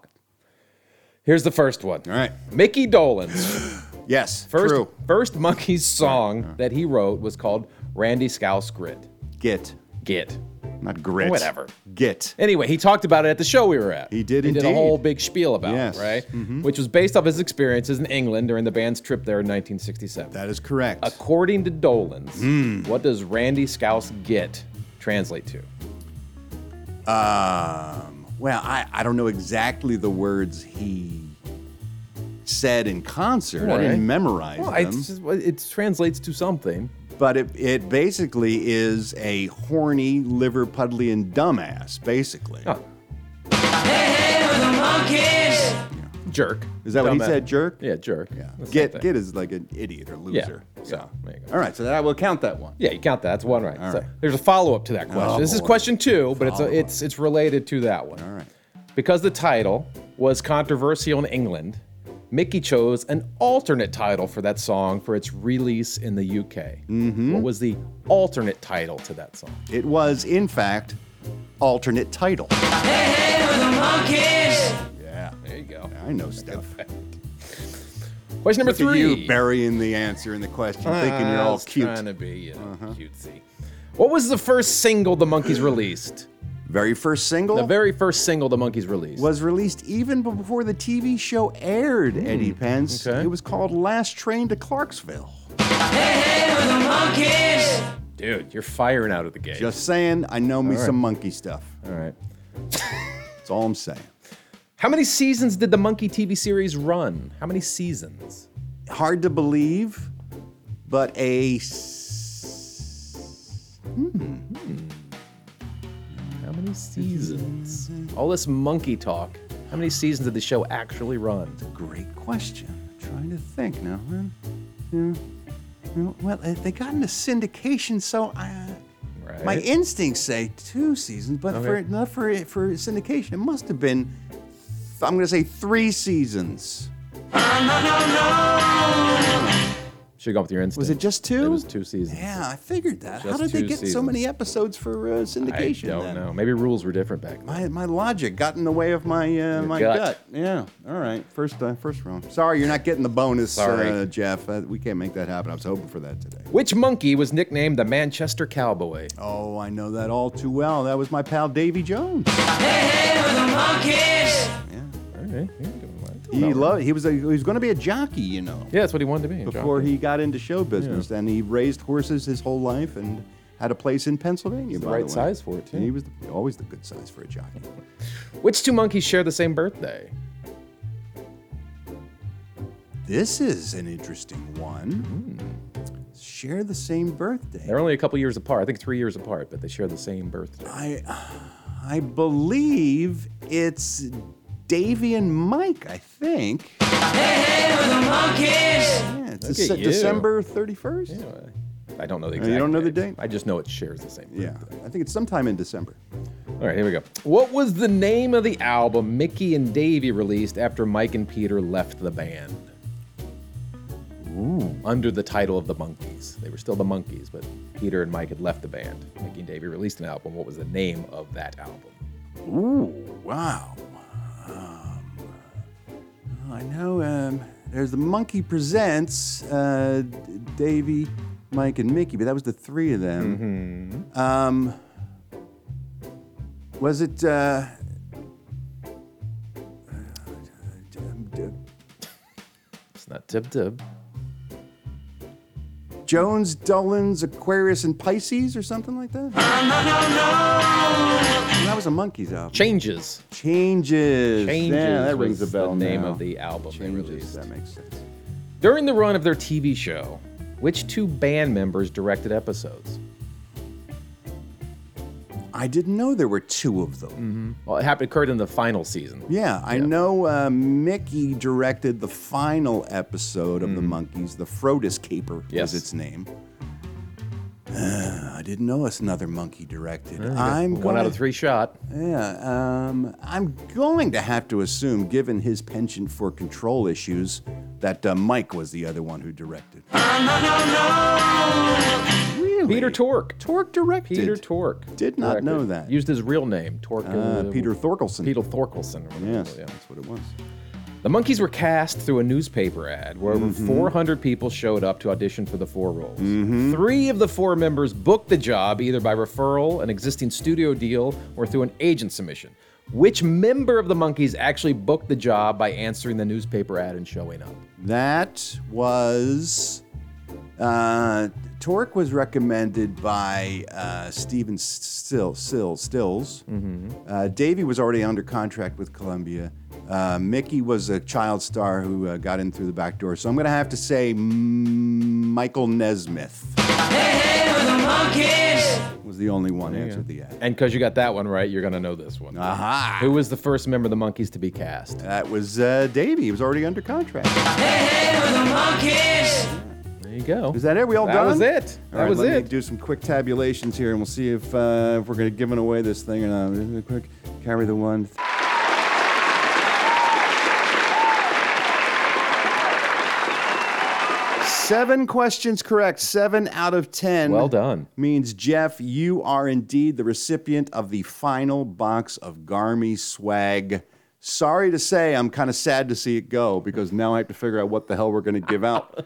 S5: Here's the first one. All
S1: right.
S5: Mickey Dolan's
S1: [sighs] yes
S5: first
S1: true
S5: first Monkeys song that he wrote was called Randy Scouse Grit.
S1: git
S5: Git.
S1: not grit
S5: Whatever.
S1: git
S5: Anyway, he talked about it at the show we were at. He
S1: did
S5: He did a
S1: indeed.
S5: whole big spiel about
S1: Yes. Mm-hmm.
S5: it, right? Which was based off his experiences in England during the band's trip there in 1967.
S1: that is correct Hmm.
S5: According to Dolan's, what does Randy Scouse Git translate to?
S1: um well i i don't know exactly the words he said in concert i
S5: All right.
S1: didn't memorize
S5: Well,
S1: them
S5: it's just- it translates to something.
S1: But it, it basically is a horny Liverpudlian dumbass, basically.
S15: Hey, we're the monkeys.
S5: Jerk.
S1: Is that what he
S5: Dumbass.
S1: said, jerk?
S5: Yeah, jerk. Yeah.
S1: Get get is like an idiot or
S5: Yeah.
S1: loser.
S5: So, there you go.
S1: All right, so that I will count that one.
S5: Yeah, you count that. That's one right.
S1: All
S5: so
S1: right.
S5: there's a follow up to that question.
S1: Oh,
S5: this is
S1: boy.
S5: question two, but it's a,
S1: Follow-up.
S5: it's it's related to that one. All
S1: right.
S5: Because the title was controversial in England, Mickey chose an alternate title for that song for its release in the UK. What was the alternate title to that song?
S1: Mm-hmm. It was in fact alternate title.
S15: Hey, we're the monkeys.
S1: Yeah,
S5: there you go.
S1: I know stuff.
S5: [laughs] Question number
S1: Look at
S5: three. Uh,
S1: you burying the answer in the question, thinking you're
S5: I
S1: all
S5: was
S1: cute. Uh-huh.
S5: Trying to be you know, cutesy. What was the first single the monkeys released?
S1: Very first single.
S5: The very first single the monkeys released.
S1: was released even before the TV show aired,
S5: Hmm,
S1: Eddie Pence. It was called Last Train to Clarksville.
S15: Hey, we're the monkeys.
S5: Dude, you're firing out of the gate.
S1: Just saying, I know me
S5: All right.
S1: some monkey stuff.
S5: all right.
S1: That's all I'm saying.
S5: How many seasons did the Monkey TV series run? How many seasons?
S1: Hard to believe, but a. s- Hmm.
S5: How many seasons? All this monkey talk. How many seasons did the show actually run?
S1: Great question. I'm trying to think now. Huh? Yeah. Well, they got into syndication, so I, uh,
S5: Right.
S1: My instincts say two seasons, but
S14: Okay.
S1: for not for for syndication, it must have been. I'm going to say three seasons.
S5: Should have gone with your instinct.
S1: Was it just two?
S5: It was two seasons.
S1: Yeah, I figured that. How
S5: Just
S1: did they
S5: two
S1: get so many
S5: seasons.
S1: episodes for uh,
S5: I
S1: syndication?
S5: don't
S1: then?
S5: know. Maybe rules were different back then.
S1: My, my logic got in the way of my uh, my gut.
S5: gut.
S1: Yeah. All right. First uh, first round. Sorry, you're not getting the bonus,
S5: Sorry.
S1: Uh, Jeff. Uh, we can't make that happen. I was hoping for that today.
S5: Which monkey was nicknamed the Manchester Cowboy?
S1: Oh, I know that all too well. That was my pal Davy Jones. He loved. He was a, he was going to be a jockey, you know.
S5: Yeah, that's what he wanted to be.
S1: Before he got into show business, and he raised horses his whole life and had a place in Pennsylvania.
S5: He's the
S1: by
S5: right
S1: way.
S5: size for it, too.
S1: He was the, always the good size for a jockey.
S5: Which two monkeys share the same birthday?
S1: This is an interesting one. Share the same birthday.
S5: Hmm. They're only a couple years apart. I think three years apart, but they share the same birthday.
S1: I I believe it's Davy and Mike. I think. Yeah, it's
S5: Look
S1: Dece-
S5: at you.
S1: December thirty first.
S5: I don't know the
S1: Uh,
S5: exact.
S1: you don't know the
S5: date? I just know it shares the same.
S1: Yeah, I think it's sometime in December.
S5: All right, here we go. What was the name of the album Mickey and Davey released after Mike and Peter left the band? Under the title of the Monkeys. They were still the Monkeys, but Peter and Mike had left the band. Mickey and Davey released an album. What was the name of that album?
S1: Ooh, wow. Um, I know um, there's the Monkey Presents, uh, D- Davy, Mike, and Mickey, but that was the three of them.
S5: Mm-hmm.
S1: Um, was it. Uh,
S5: It's not Dib Dib.
S1: Jones, Dullins, Aquarius, and Pisces, or something like that? That was a Monkeys album.
S5: Changes.
S1: Changes.
S5: Changes.
S1: Yeah, that
S5: was
S1: rings a bell.
S5: The name
S1: now.
S5: of the album they released. That
S1: makes sense.
S5: During the run of their TV show, which two band members directed episodes?
S1: I didn't know there were two of them.
S5: Well, it happened occurred in the final season.
S1: Yeah, I know uh, Mickey directed the final episode of The Monkeys, The Frodus Caper
S5: Mm-hmm. Yes.
S1: was its name. Uh, I didn't know it's another monkey directed.
S5: Yeah, you got
S1: I'm
S5: one
S1: gonna-
S5: out of three shot.
S1: Yeah, um, I'm going to have to assume, given his penchant for control issues, that uh, Mike was the other one who directed. Really?
S5: Peter Tork.
S1: Tork directed.
S5: Peter Tork.
S1: Did not
S5: directed.
S1: know that.
S5: Used his real name, Tork.
S1: Uh, Peter Thorkelson.
S5: Peter Thorkelson. or whatever,
S1: Yes,
S5: yeah.
S1: that's what it was.
S5: The monkeys were cast through a newspaper ad where over
S1: Mhm.
S5: 400 people showed up to audition for the four roles.
S1: Mm-hmm.
S5: Three of the four members booked the job either by referral, an existing studio deal, or through an agent submission. Which member of the monkeys actually booked the job by answering the newspaper ad and showing up?
S1: That was. Uh, Torque was recommended by uh, Steven Still, Still, Stills.
S5: Mm-hmm.
S1: Uh, Davey was already under contract with Columbia. Uh, Mickey was a child star who uh, got in through the back door. So I'm going to have to say mm, Michael Nesmith was the only one answered the ad.
S5: And because you got that one right, you're going to know this one.
S1: Aha!
S5: Who was the first member of the monkeys to be cast?
S1: That was uh, Davey. He was already under contract.
S5: There you go.
S1: Is that it? We all
S5: That
S1: done?
S5: was it.
S1: All
S5: That
S1: right,
S5: was
S1: let
S5: it.
S1: Me do some quick tabulations here, and we'll see if uh, if we're going to giving away this thing or not. Really Quick, carry the one. Seven questions correct. Seven out of ten.
S5: Well done.
S1: Means Jeff, you are indeed the recipient of the final box of Garmy swag. Sorry to say, I'm kind of sad to see it go because now I have to figure out what the hell we're going to
S5: [laughs]
S1: give out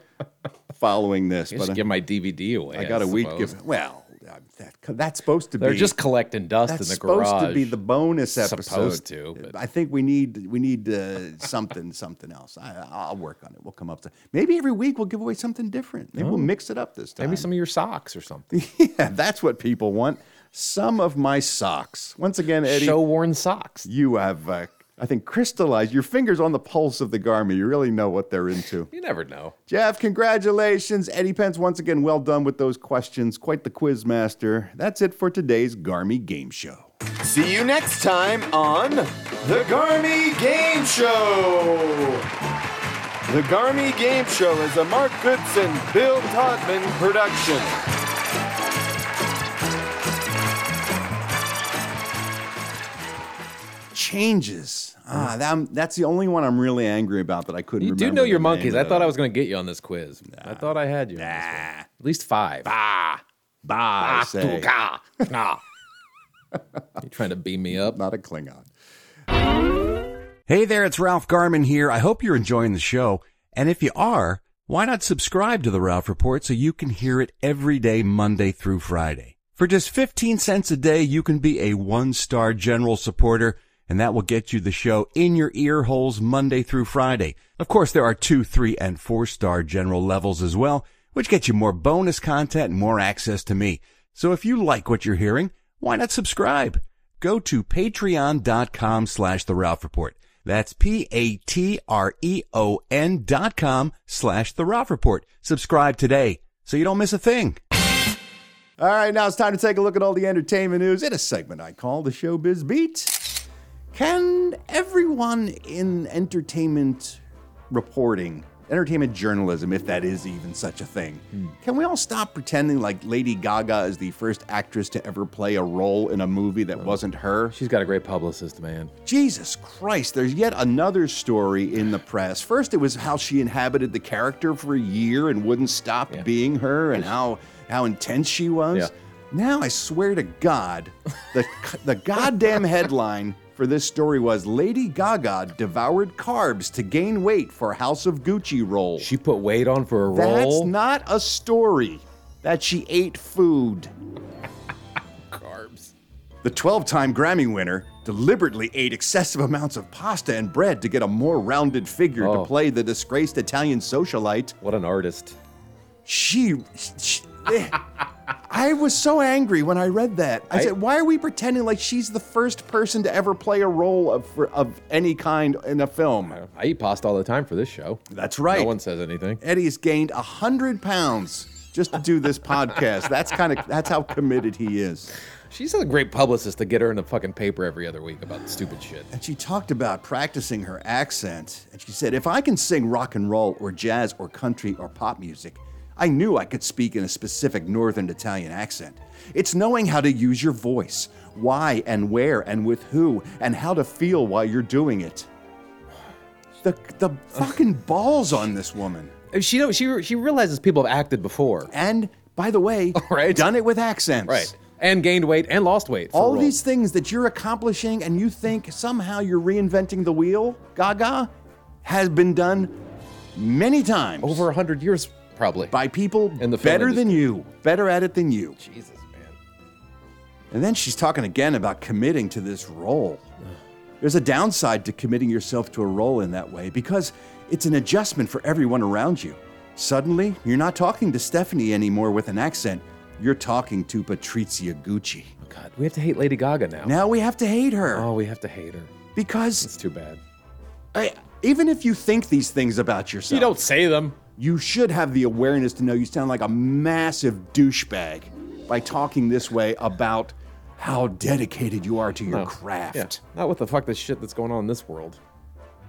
S1: following this.
S5: I just
S1: I-
S5: give my DVD away.
S1: uh, I got
S5: a
S1: a wheat gift. Well, uh, that, that's supposed to
S5: They're
S1: be.
S5: just collecting dust in
S1: that's
S5: the garage.
S1: supposed to be the bonus episode.
S5: Supposed to, but-
S1: I think we need we need uh, something something else. I, I'll work on it. We'll come up to maybe every week we'll give away something different. Maybe we'll mix it up this time.
S5: Oh. Maybe some of your socks or something.
S1: [laughs] yeah, that's what people want. Some of my socks. Once again, Eddie.
S5: Show worn socks.
S1: You have, uh, I think, crystallized your fingers on the pulse of the Garmin. You really know what they're into.
S5: You never know.
S1: Jeff, congratulations. Eddie Pence, once again, well done with those questions. Quite the quiz master. That's it for today's Garmy Game Show.
S2: See you next time on The Garmy Game Show. The Garmy Game Show is a Mark Goodson, Bill Todman production.
S1: changes. Ah, that, that's the only one I'm really angry about that I couldn't.
S5: You do
S1: remember
S5: know your
S1: the
S5: monkeys.
S1: name
S5: I thought
S1: of.
S5: I was going to get you on this quiz. I thought I had you. Nah. At least five.
S1: Bah. Bah.
S5: I
S1: I say. [laughs]
S5: say. Nah. you trying to beam me up?
S1: Not a Klingon.
S16: Hey there, it's Ralph Garman here. I hope you're enjoying the show. And if you are, why not subscribe to The Ralph Report so you can hear it every day, Monday through Friday? For just 15 cents a day, you can be a one-star general supporter, and that will get you the show in your ear holes Monday through Friday. Of course, there are two, three, and four-star general levels as well, which get you more bonus content and more access to me. So if you like what you're hearing, why not subscribe? Go to patreon.com slash the Ralph Report. That's P-A-T-R-E-O-N E dot com slash the Ralph Report. Subscribe today so you don't miss a thing.
S1: All right, now it's time to take a look at all the entertainment news in a segment I call the Showbiz Beat. Can everyone in entertainment reporting, entertainment journalism, if that is even such a thing,
S5: Hmm.
S1: can we all stop pretending like Lady Gaga is the first actress to ever play a role in a movie that wasn't her?
S5: Oh. She's got a great publicist, man.
S1: Jesus Christ, there's yet another story in the press. First, it was how she inhabited the character for a year and wouldn't stop being her and how, how intense she was.
S5: Yeah.
S1: Now, I swear to God, the, the goddamn headline for this story was Lady Gaga devoured carbs to gain weight for House of Gucci role. She
S5: put weight on for a
S1: That's
S5: role?
S1: not a story that she ate food.
S5: Carbs.
S1: The 12 time Grammy winner deliberately ate excessive amounts of pasta and bread to get a more rounded figure to play the disgraced Italian socialite.
S5: Oh. What an artist.
S1: She. she eh. I was so angry when I read that. I,
S5: I-
S1: said, why are we pretending like she's the first person to ever play a role of, for, of any kind in a film?
S5: I eat pasta all the time for this show.
S1: That's right.
S5: No one says anything.
S1: Eddie's gained 100 pounds just to do this podcast. That's kind of that's how committed he is.
S5: She's a great publicist to get her in the fucking paper every other week about stupid shit.
S1: And she talked about practicing her accent. And she said, If I can sing rock and roll or jazz or country or pop music, I knew I could speak in a specific northern Italian accent. It's knowing how to use your voice, why and where and with who, and how to feel while you're doing it. The, the fucking balls on this woman.
S5: She know she she realizes people have acted before.
S1: And by the way,
S5: [laughs] right?
S1: done it with accents.
S5: Right. And gained weight and lost weight. for
S1: All
S5: roles.
S1: these things that you're accomplishing and you think somehow you're reinventing the wheel, Gaga, has been done many times. Over
S5: 100 years, probably.
S1: By people
S5: In the film
S1: better than
S5: industry.
S1: you, better at it than you.
S5: Jesus, man.
S1: And then she's talking again about committing to this role. There's a downside to committing yourself to a role in that way because it's an adjustment for everyone around you. Suddenly, you're not talking to Stephanie anymore with an accent. You're talking to Patrizia Gucci.
S5: God, we have to hate Lady Gaga now.
S1: Now we have to hate her.
S5: Oh, we have to hate her.
S1: Because
S5: it's too bad.
S1: I, even if you think these things about yourself, you
S5: don't say them.
S1: You should have the awareness to know you sound like a massive douchebag by talking this way about how dedicated you are to your
S5: No.
S1: craft.
S5: Yeah. Not with the fuck this shit that's going on in this world.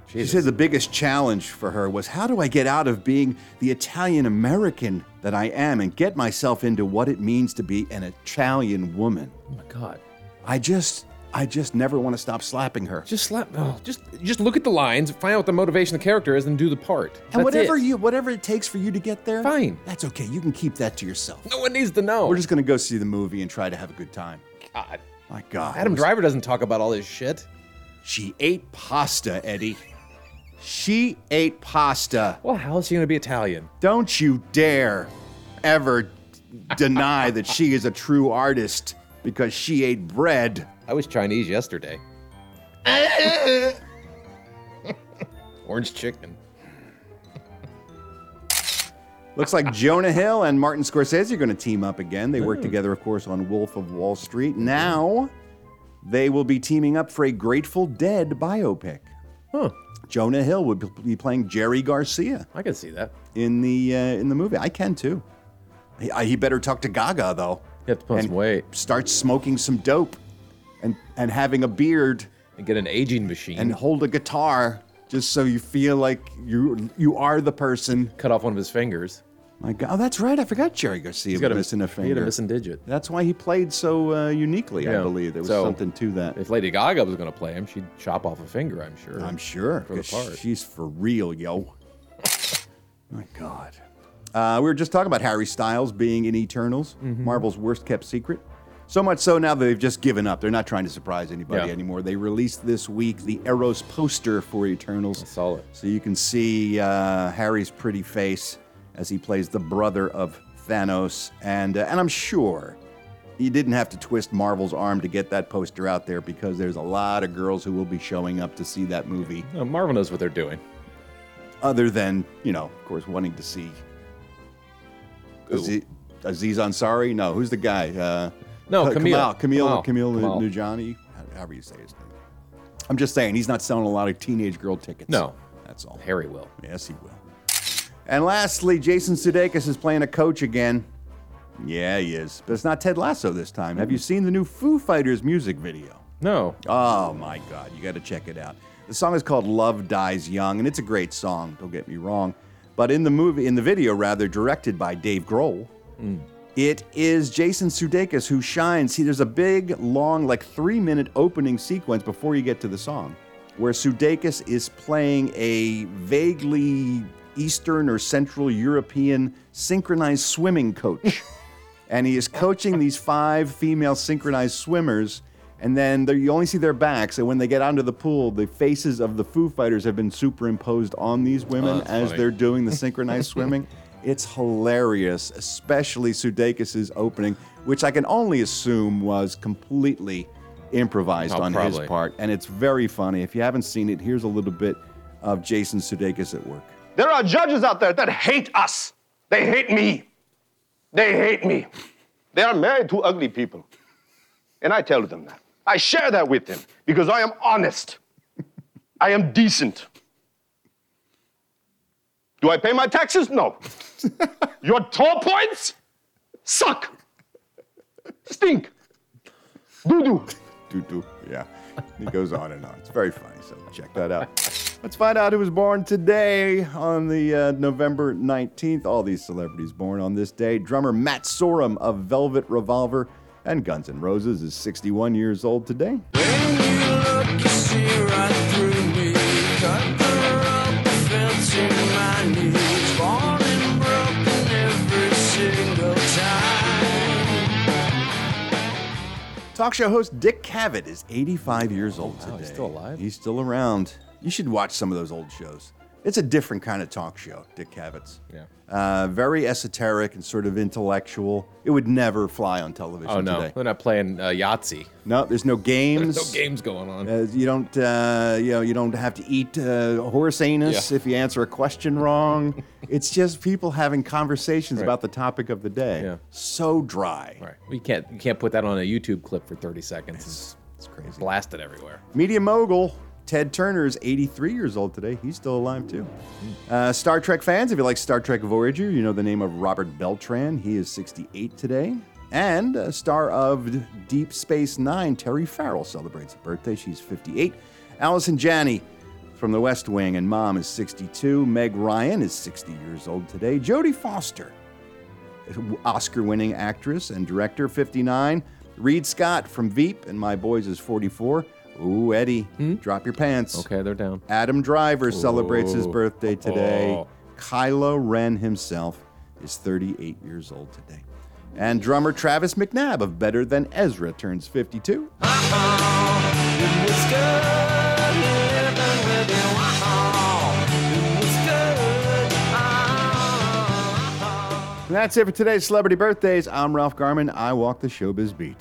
S1: She said the biggest challenge for her was how do I get out of being the Italian American that I am and get myself into what it means to be an Italian woman? Oh
S5: my god.
S1: I just I just never want to stop slapping her.
S5: Just slap oh, just just look at the lines, find out what the motivation of the character is, and do the part.
S1: And
S5: That's
S1: whatever
S5: it.
S1: you whatever it takes for you to get there,
S5: fine.
S1: That's okay. You can keep that to yourself.
S5: No one needs to know.
S1: We're just gonna go see the movie and try to have a good time.
S5: God.
S1: My God.
S5: Adam Driver doesn't talk about all this shit.
S1: She ate pasta, Eddie. She ate pasta.
S5: Well, how is she gonna be Italian?
S1: Don't you dare ever deny that she is a true artist because she ate bread.
S5: I was Chinese yesterday. Orange chicken.
S1: Looks like Jonah Hill and Martin Scorsese are going to team up again. They
S5: Hmm.
S1: worked together, of course, on Wolf of Wall Street. Now they will be teaming up for a Grateful Dead biopic.
S5: Huh.
S1: Jonah Hill would be playing Jerry Garcia.
S5: I can see that.
S1: in the uh, in the movie. I can too. He, I, he better talk to Gaga though.
S5: You have to put on
S1: and
S5: some weight.
S1: Start smoking some dope, and and having a beard,
S5: and get an aging machine,
S1: and hold a guitar just so you feel like you you are the person.
S5: Cut off one of his fingers.
S1: My God, oh, that's right. I forgot Jerry Garcia
S5: He's got a-
S1: was missing a
S5: he
S1: finger.
S5: had a missing digit.
S1: That's why he played so uh, uniquely, I
S5: Yeah.
S1: believe. There was
S5: So,
S1: something to that.
S5: If Lady Gaga was going to play him, she'd chop off a finger, I'm sure.
S1: I'm sure.
S5: For the
S1: 'cause
S5: part.
S1: She's for real, yo. My God. Uh, we were just talking about Harry Styles being in Eternals,
S5: Mm-hmm.
S1: Marvel's worst kept secret. So much so now that they've just given up. They're not trying to surprise anybody
S5: Yeah.
S1: anymore. They released this week the Eros poster for Eternals. I
S5: saw it.
S1: So you can see uh, Harry's pretty face as he plays the brother of Thanos. And, uh, and I'm sure you didn't have to twist Marvel's arm to get that poster out there because there's a lot of girls who will be showing up to see that movie.
S5: No, Uh, Marvel knows what they're doing.
S1: Other than, you know, of course, wanting to see Aziz, Aziz Ansari. No, who's the guy? Uh,
S5: No,
S1: Ka-
S5: Camille.
S1: Camille.
S5: Kamel.
S1: Camille,
S5: Kamel.
S1: Nujani. However you say his name. I'm just saying, he's not selling a lot of teenage girl tickets.
S5: No.
S1: That's all.
S5: Harry will.
S1: Yes, he will. And lastly, Jason Sudeikis is playing a coach again. Yeah, he is. But it's not Ted Lasso this time. Have you seen the new Foo Fighters music video?
S5: No.
S1: Oh my God, you got to check it out. The song is called "Love Dies Young," and it's a great song. Don't get me wrong, but in the movie, in the video, rather, directed by Dave Grohl, Mm. it is Jason Sudeikis who shines. See, there's a big, long, like three-minute opening sequence before you get to the song, where Sudeikis is playing a vaguely Eastern or Central European synchronized swimming
S5: [laughs]
S1: coach. and he is coaching these five female synchronized swimmers. And then there- you only see their backs, and when they get onto the pool, the faces of the Foo Fighters have been superimposed on these women
S5: Oh, that's
S1: as
S5: funny.
S1: they're doing the synchronized swimming. It's hilarious, especially Sudeikis' opening, which I can only assume was completely improvised
S5: Oh,
S1: on
S5: probably.
S1: his part, and it's very funny. If you haven't seen it, here's a little bit of Jason Sudeikis at work.
S17: There are judges out there that hate us. They hate me. They hate me. They are married to ugly people. And I tell them that. I share that with them because I am honest. I am decent. Do I pay my taxes? No.
S14: [laughs]
S17: Your toll points suck. Stink. Doo doo.
S1: doo doo. Yeah. He goes on and on. It's very funny. So check that out. Let's find out who was born today on the uh, November 19th. All these celebrities born on this day. Drummer Matt Sorum of Velvet Revolver and Guns N' Roses is 61 years old today. Talk show host Dick Cavett is 85 years old today. he's still alive. He's still around. You should watch some of those old shows. It's a different kind of talk show, Dick Cavett's.
S5: Yeah.
S1: Uh, very esoteric and sort of intellectual. It would never fly on television
S5: Oh, no.
S1: today.
S5: They're not playing uh, Yahtzee.
S1: No, there's no games.
S5: There's no games going on.
S1: Uh, you don't, uh, you know, you don't have to eat uh, horse anus
S5: Yeah.
S1: if you answer a
S5: [laughs]
S1: question wrong. it's just people having conversations about the topic of the day. So dry.
S5: Right. We can't you can't put that on a YouTube clip for 30 seconds. It's, it's crazy. Blasted everywhere.
S1: Media mogul Ted Turner is 83 years old today. He's still alive too. Uh, Star Trek fans, if you like Star Trek Voyager, you know the name of Robert Beltran. He is 68 today. And uh, star of Deep Space Nine, Terry Farrell celebrates a birthday. She's 58. Allison Janney from The West Wing and Mom is 62. Meg Ryan is 60 years old today. Jodie Foster Oscar winning actress and director, 59. Reed Scott from Veep and My Boys is 44. Ooh, Eddie, drop your pants.
S5: Hmm? Okay, they're down.
S1: Adam Driver celebrates his
S5: Ooh.
S1: birthday today.
S5: Oh.
S1: Kylo Ren himself is 38 years old today. And drummer Travis McNabb of Better Than Ezra turns 52. And that's it for today's celebrity birthdays. I'm Ralph Garman. I walk the showbiz beat.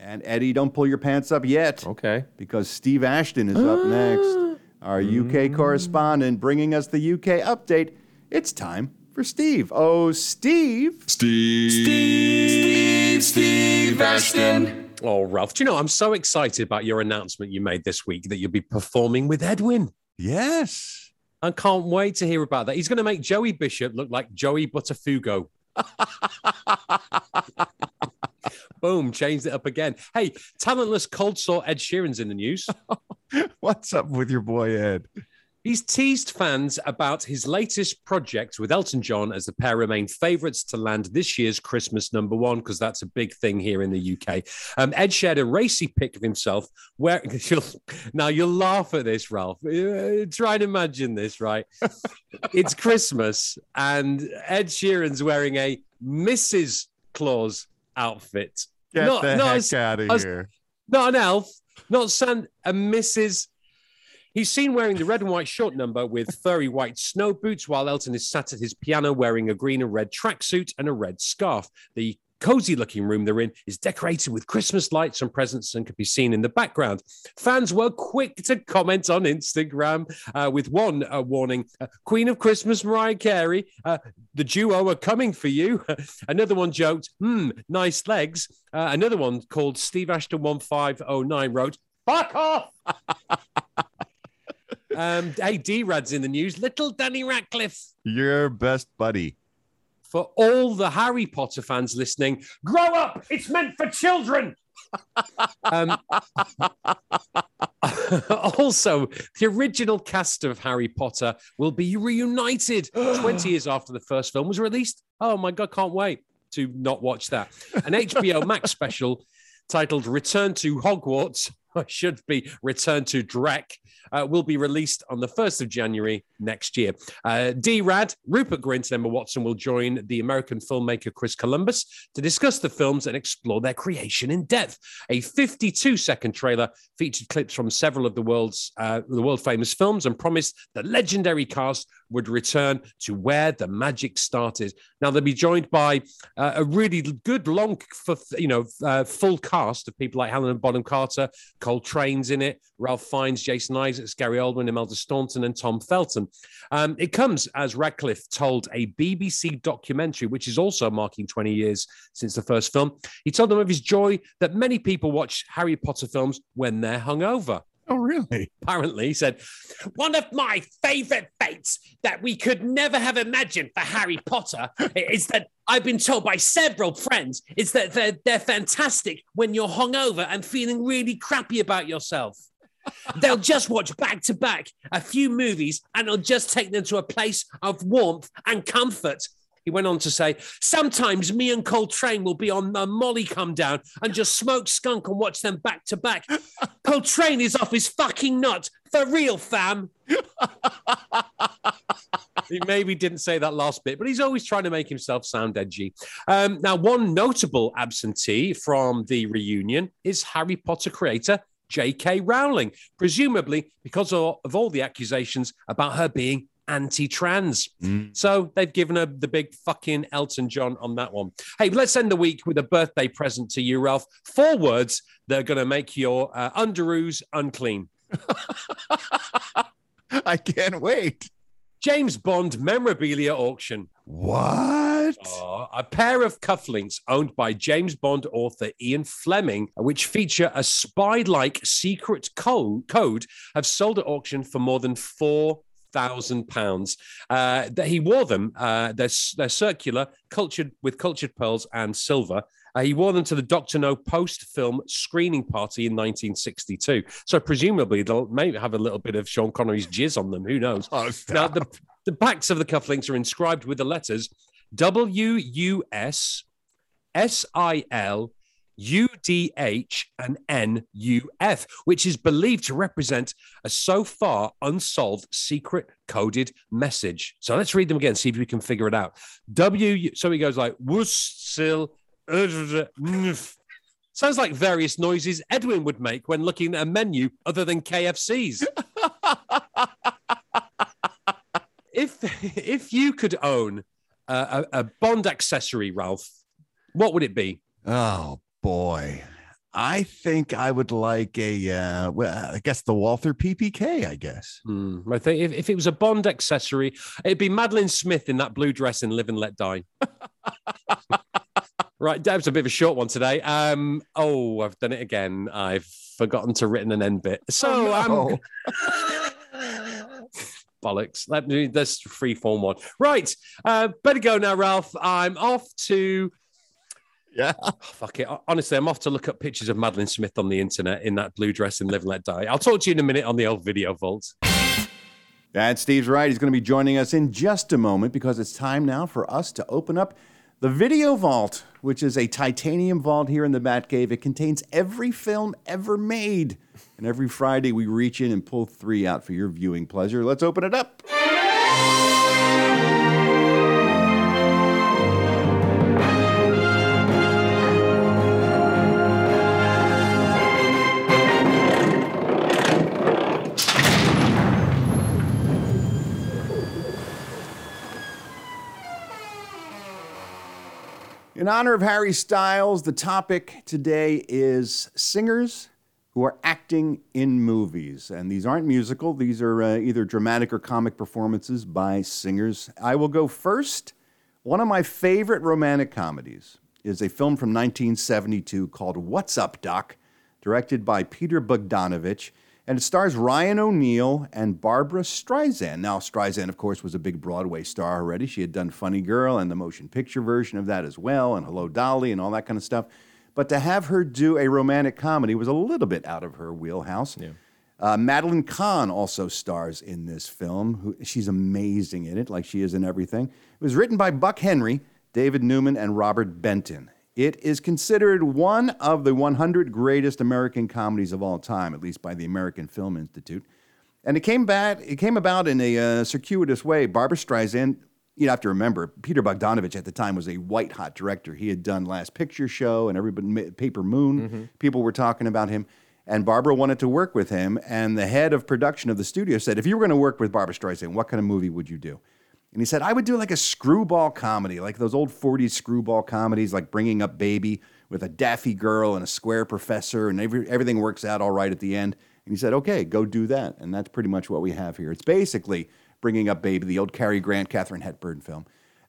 S1: And Eddie, don't pull your pants up yet.
S5: Okay.
S1: Because Steve Ashton is up next. Our UK correspondent bringing us the UK update. It's time for Steve. Oh, Steve.
S18: Steve. Steve. Steve Ashton. Oh, Ralph, do you know, I'm so excited about your announcement you made this week that you'll be performing with Edwin.
S1: Yes.
S18: I can't wait to hear about that. He's going to make Joey Bishop look like Joey Buttafugo. [laughs] Boom, changed it up again. Hey, [laughs]
S19: [laughs]
S18: talentless cold sore Ed Sheeran's in the news.
S1: What's up with your boy Ed?
S18: He's teased fans about his latest project with Elton John as the pair remain favourites to land this year's Christmas number one, because that's a big thing here in the UK. Um, Ed shared a racy pic of himself where [laughs] you'll, now you'll laugh at this, Ralph. Uh, Try and imagine
S19: [laughs]
S18: this, right? it's Christmas, and Ed Sheeran's wearing a Mrs. Claus outfit.
S19: Get the heck outta
S18: a-
S19: here.
S18: Not an elf, not San, a Mrs. He's seen wearing the red and white short number with furry white snow boots, while Elton is sat at his piano wearing a green and red tracksuit and a red scarf. The cozy looking room they're in is decorated with Christmas lights and presents and can be seen in the background. Fans were quick to comment on Instagram, uh, with one uh, warning uh, Queen of Christmas, Mariah Carey, uh, the duo are coming for you. [laughs] Another one joked, hmm, nice legs. Uh, another one called Steve Ashton 1509 wrote, Fuck off! Um, hey, D Rad's in the news. Little Danny Ratcliffe.
S19: Your best buddy.
S18: For all the Harry Potter fans listening, grow up. It's meant for children. [laughs] um, [laughs] also, the original cast of Harry Potter will
S19: [gasps]
S18: be reunited 20 years after the first film was released. Oh my God, can't wait to not watch that. An HBO Max special titled Return to Hogwarts, [laughs] or should be Return to Drek, uh, will be released on the 1st of January next year. Uh, D Rad, Rupert Grint, and Emma Watson will join the American filmmaker Chris Columbus to discuss the films and explore their creation in depth. A 52 second trailer featured clips from several of the world's uh, the world famous films and promised the legendary cast would return to where the magic started. Now they'll be joined by uh, a really good long, f- you know, uh, full cast of people like Helen Bonham Carter, Cole Train's in it, Ralph Fiennes, Jason Isaacs, Gary Oldman, Imelda Staunton, and Tom Felton. Um, it comes as Radcliffe told a BBC documentary, which is also marking 20 years since the first film. He told them of his joy that many people watch Harry Potter films when they're hungover.
S19: Oh, really?
S18: Apparently, he said, One of my favorite fates that we could never have imagined for Harry Potter is that I've been told by several friends is that they're, they're fantastic when you're hungover and feeling really crappy about yourself. They'll just watch back to back a few movies and it'll just take them to a place of warmth and comfort. He went on to say, Sometimes me and Coltrane will be on the Molly come down and just smoke skunk and watch them back to back. Coltrane is off his fucking nut. For real, fam. he maybe didn't say that last bit, but he's always trying to make himself sound edgy. Um, now, one notable absentee from the reunion is Harry Potter creator J.K. Rowling, presumably because of, of all the accusations about her being anti trans.
S19: Mm.
S18: So they've given her the big fucking Elton John on that one. Hey, let's end the week with a birthday present to you, Ralph. Four words that are going to make your uh, underoos unclean.
S19: [laughs] I can't wait.
S18: James Bond memorabilia auction.
S19: What?
S18: a pair of cufflinks owned by James Bond author Ian Fleming, which feature a spy like secret code, code, have sold at auction for more than four thousand pounds. Uh, that he wore them. Uh, they're, they're circular, cultured with cultured pearls and silver. Uh, he wore them to the Doctor No post film screening party in 1962. So presumably they'll maybe have a little bit of Sean Connery's jizz on them. Who knows? [laughs] now the, the backs of the cufflinks are inscribed with the letters W U S S I L U D H and N U F, which is believed to represent a so far unsolved secret coded message. So let's read them again, see if we can figure it out. W, so he goes like Wussil. Sounds like various noises Edwin would make when looking at a menu other than KFC's. [laughs] if if you could own uh, a, a Bond accessory, Ralph, what would it be?
S19: Oh boy. I think I would like a uh well, I guess the Walther PPK, I guess.
S18: Hmm, I think if, if it was a Bond accessory, it'd be Madeline Smith in that blue dress in Live and
S19: [laughs]
S18: Let Die. right, that was a bit of a short one today. Um, oh, I've done it again. I've forgotten to written an end bit. So
S1: Oh,
S19: Oh,
S18: um, bollocks. Let me that's free form one. Right, uh, better go now, Ralph. I'm off to.
S19: Yeah.
S18: Oh, fuck it. Honestly, I'm off to look up pictures of Madeline Smith on the internet in that blue dress and live and let die. I'll talk to you in a minute on the old video vault.
S1: That Steve's right. He's going to be joining us in just a moment because it's time now for us to open up the Video Vault, which is a titanium vault here in the Batcave. It contains every film ever made. And every Friday we reach in and pull three out for your viewing pleasure. Let's open it up. In honor of Harry Styles, the topic today is singers who are acting in movies. And these aren't musical, these are uh, either dramatic or comic performances by singers. I will go first. One of my favorite romantic comedies is a film from 1972 called What's Up, Doc, directed by Peter Bogdanovich. And it stars Ryan O'Neal and Barbara Streisand. Now, Streisand, of course, was a big Broadway star already. She had done Funny Girl and the motion picture version of that as well, and Hello Dolly and all that kind of stuff. But to have her do a romantic comedy was a little bit out of her wheelhouse. Uh, Madeline Kahn also stars in this film. Who, she's amazing in it, like she is in everything. It was written by Buck Henry, David Newman, and Robert Benton. It is considered one of the 100 greatest American comedies of all time, at least by the American Film Institute. And it came back. It came about in a uh, circuitous way. Barbara Streisand. You have to remember, Peter Bogdanovich at the time was a white hot director. He had done Last Picture Show and everybody Paper Moon. People were talking about him, and Barbara wanted to work with him. And the head of production of the studio said, "If you were going to work with Barbara Streisand, what kind of movie would you do?" And he said, I would do like a screwball comedy, like those old 40s screwball comedies, like Bringing Up Baby with a daffy girl and a square professor, and every, everything works out all right at the end. And he said, okay, go do that. And that's pretty much what we have here. It's basically Bringing Up Baby, the old Cary Grant, Katherine Hepburn film.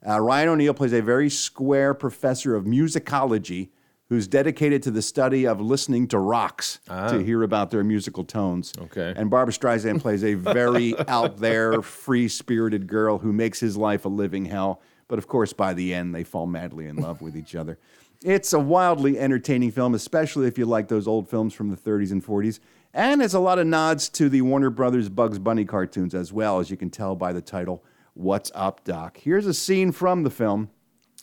S1: Uh, Ryan O'Neal plays a very square professor of musicology who's dedicated to the study of listening to rocks to hear about their musical tones. Okay. And Barbara Streisand plays a very out there, free spirited girl who makes his life a living hell. But of course, by the end, they fall madly in love with each other. It's a wildly entertaining film, especially if you like those old films from the 30s and 40s. And it's a lot of nods to the Warner Brothers Bugs Bunny cartoons as well, as you can tell by the title, What's Up, Doc? Here's a scene from the film.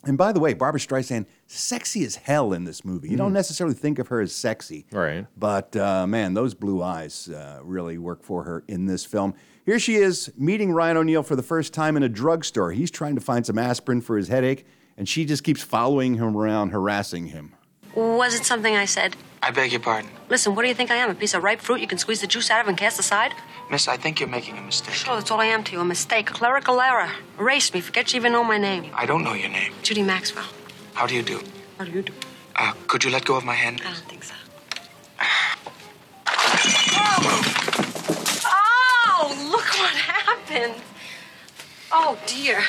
S1: And by the way, Barbara Streisand, sexy as hell in this movie. You don't
S19: Mm.
S1: necessarily think of her as sexy. Right. But uh, man, those blue eyes uh, really work for her in this film. Here she is meeting Ryan O'Neal for the first time in a drugstore. He's trying to find some aspirin for his headache, and she just keeps following him around, harassing him.
S20: Was it something I said?
S21: I beg your pardon.
S20: Listen, what do you think I am? A piece of ripe fruit you can squeeze the juice out of and cast aside?
S21: Miss, I think you're making a mistake.
S20: Sure, that's all I am to you. A mistake. A clerical error. Erase me. Forget you even know my name.
S21: I don't know your name.
S20: Judy Maxwell.
S21: How do you do?
S20: How do you do?
S21: Uh, could you let go of my hand?
S20: I don't think so. Oh, look what happened. Oh, dear.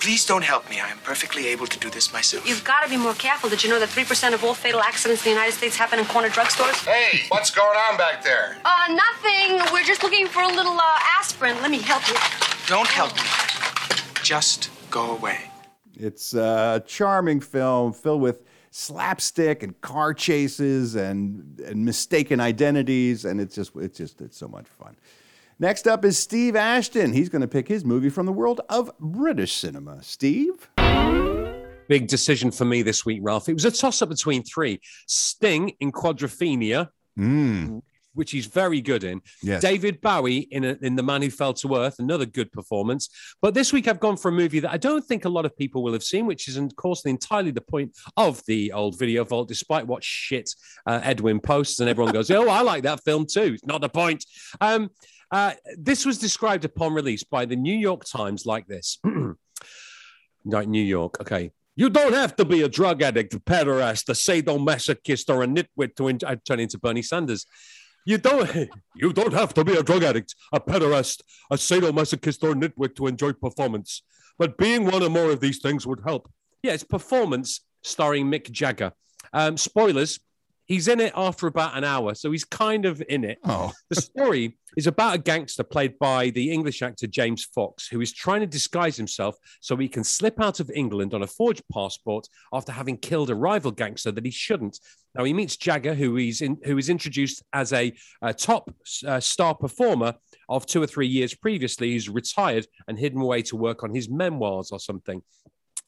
S21: Please don't help me. I am perfectly able to do this myself.
S20: You've got to be more careful. Did you know that 3% of all fatal accidents in the United States happen in corner drugstores?
S21: Hey, what's going on back there?
S20: Uh, nothing. We're just looking for a little uh, aspirin. Let me help you.
S21: Don't help me. Just go away.
S1: It's a charming film filled with slapstick and car chases and, and mistaken identities, and it's just it's just it's so much fun. Next up is Steve Ashton. He's going to pick his movie from the world of British cinema. Steve,
S18: Big decision for me this week, Ralph. It was a toss up between three Sting in Quadrophenia, which he's very good in.
S19: Yes.
S18: David Bowie in, a, in The Man Who Fell to Earth, another good performance. But this week I've gone for a movie that I don't think a lot of people will have seen, which is, of course, entirely the point of the old video vault, despite what shit uh, Edwin posts. And everyone goes, oh, I like that film too. It's not the point. Um, uh, this was described upon release by the New York Times like this. [clears throat] like New York. Okay. You don't have to be a drug addict, a pederast, a sadomasochist, or a nitwit to en- I turn into Bernie Sanders. You don't. [laughs] You don't have to be a drug addict, a pederast, a sadomasochist, or a nitwit to enjoy performance. But being one or more of these things would help. Yeah, it's performance starring Mick Jagger. Um, spoilers. He's in it after about an hour, so he's kind of in it.
S19: Oh.
S18: The story is about a gangster played by the English actor James Fox, who is trying to disguise himself so he can slip out of England on a forged passport after having killed a rival gangster that he shouldn't. Now he meets Jagger, who he's in, who is introduced as a, uh, top uh, star performer of two or three years previously who's retired and hidden away to work on his memoirs or something.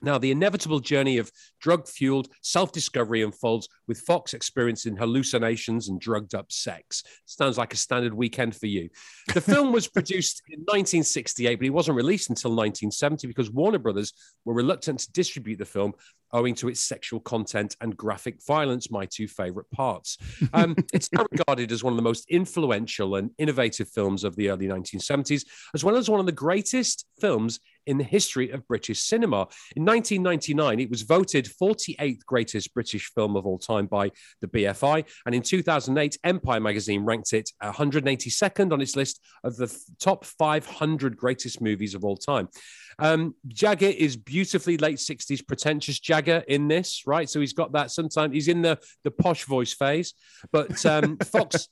S18: Now, the inevitable journey of drug fueled self discovery unfolds with Fox experiencing hallucinations and drugged up sex. Sounds like a standard weekend for you. The film was produced in 1968, but it wasn't released until 1970 because Warner Brothers were reluctant to distribute the film owing to its sexual content and graphic violence, my two favorite parts. Um, it's now regarded as one of the most influential and innovative films of the early 1970s, as well as one of the greatest films in the history of British cinema. In 1999, it was voted 48th greatest British film of all time by the BFI, and in 2008, Empire magazine ranked it 182nd on its list of the f- top 500 greatest movies of all time. Um, Jagger is beautifully late 60s pretentious Jagger in this, right? So he's got that sometimes he's in the the posh voice phase, but um, Fox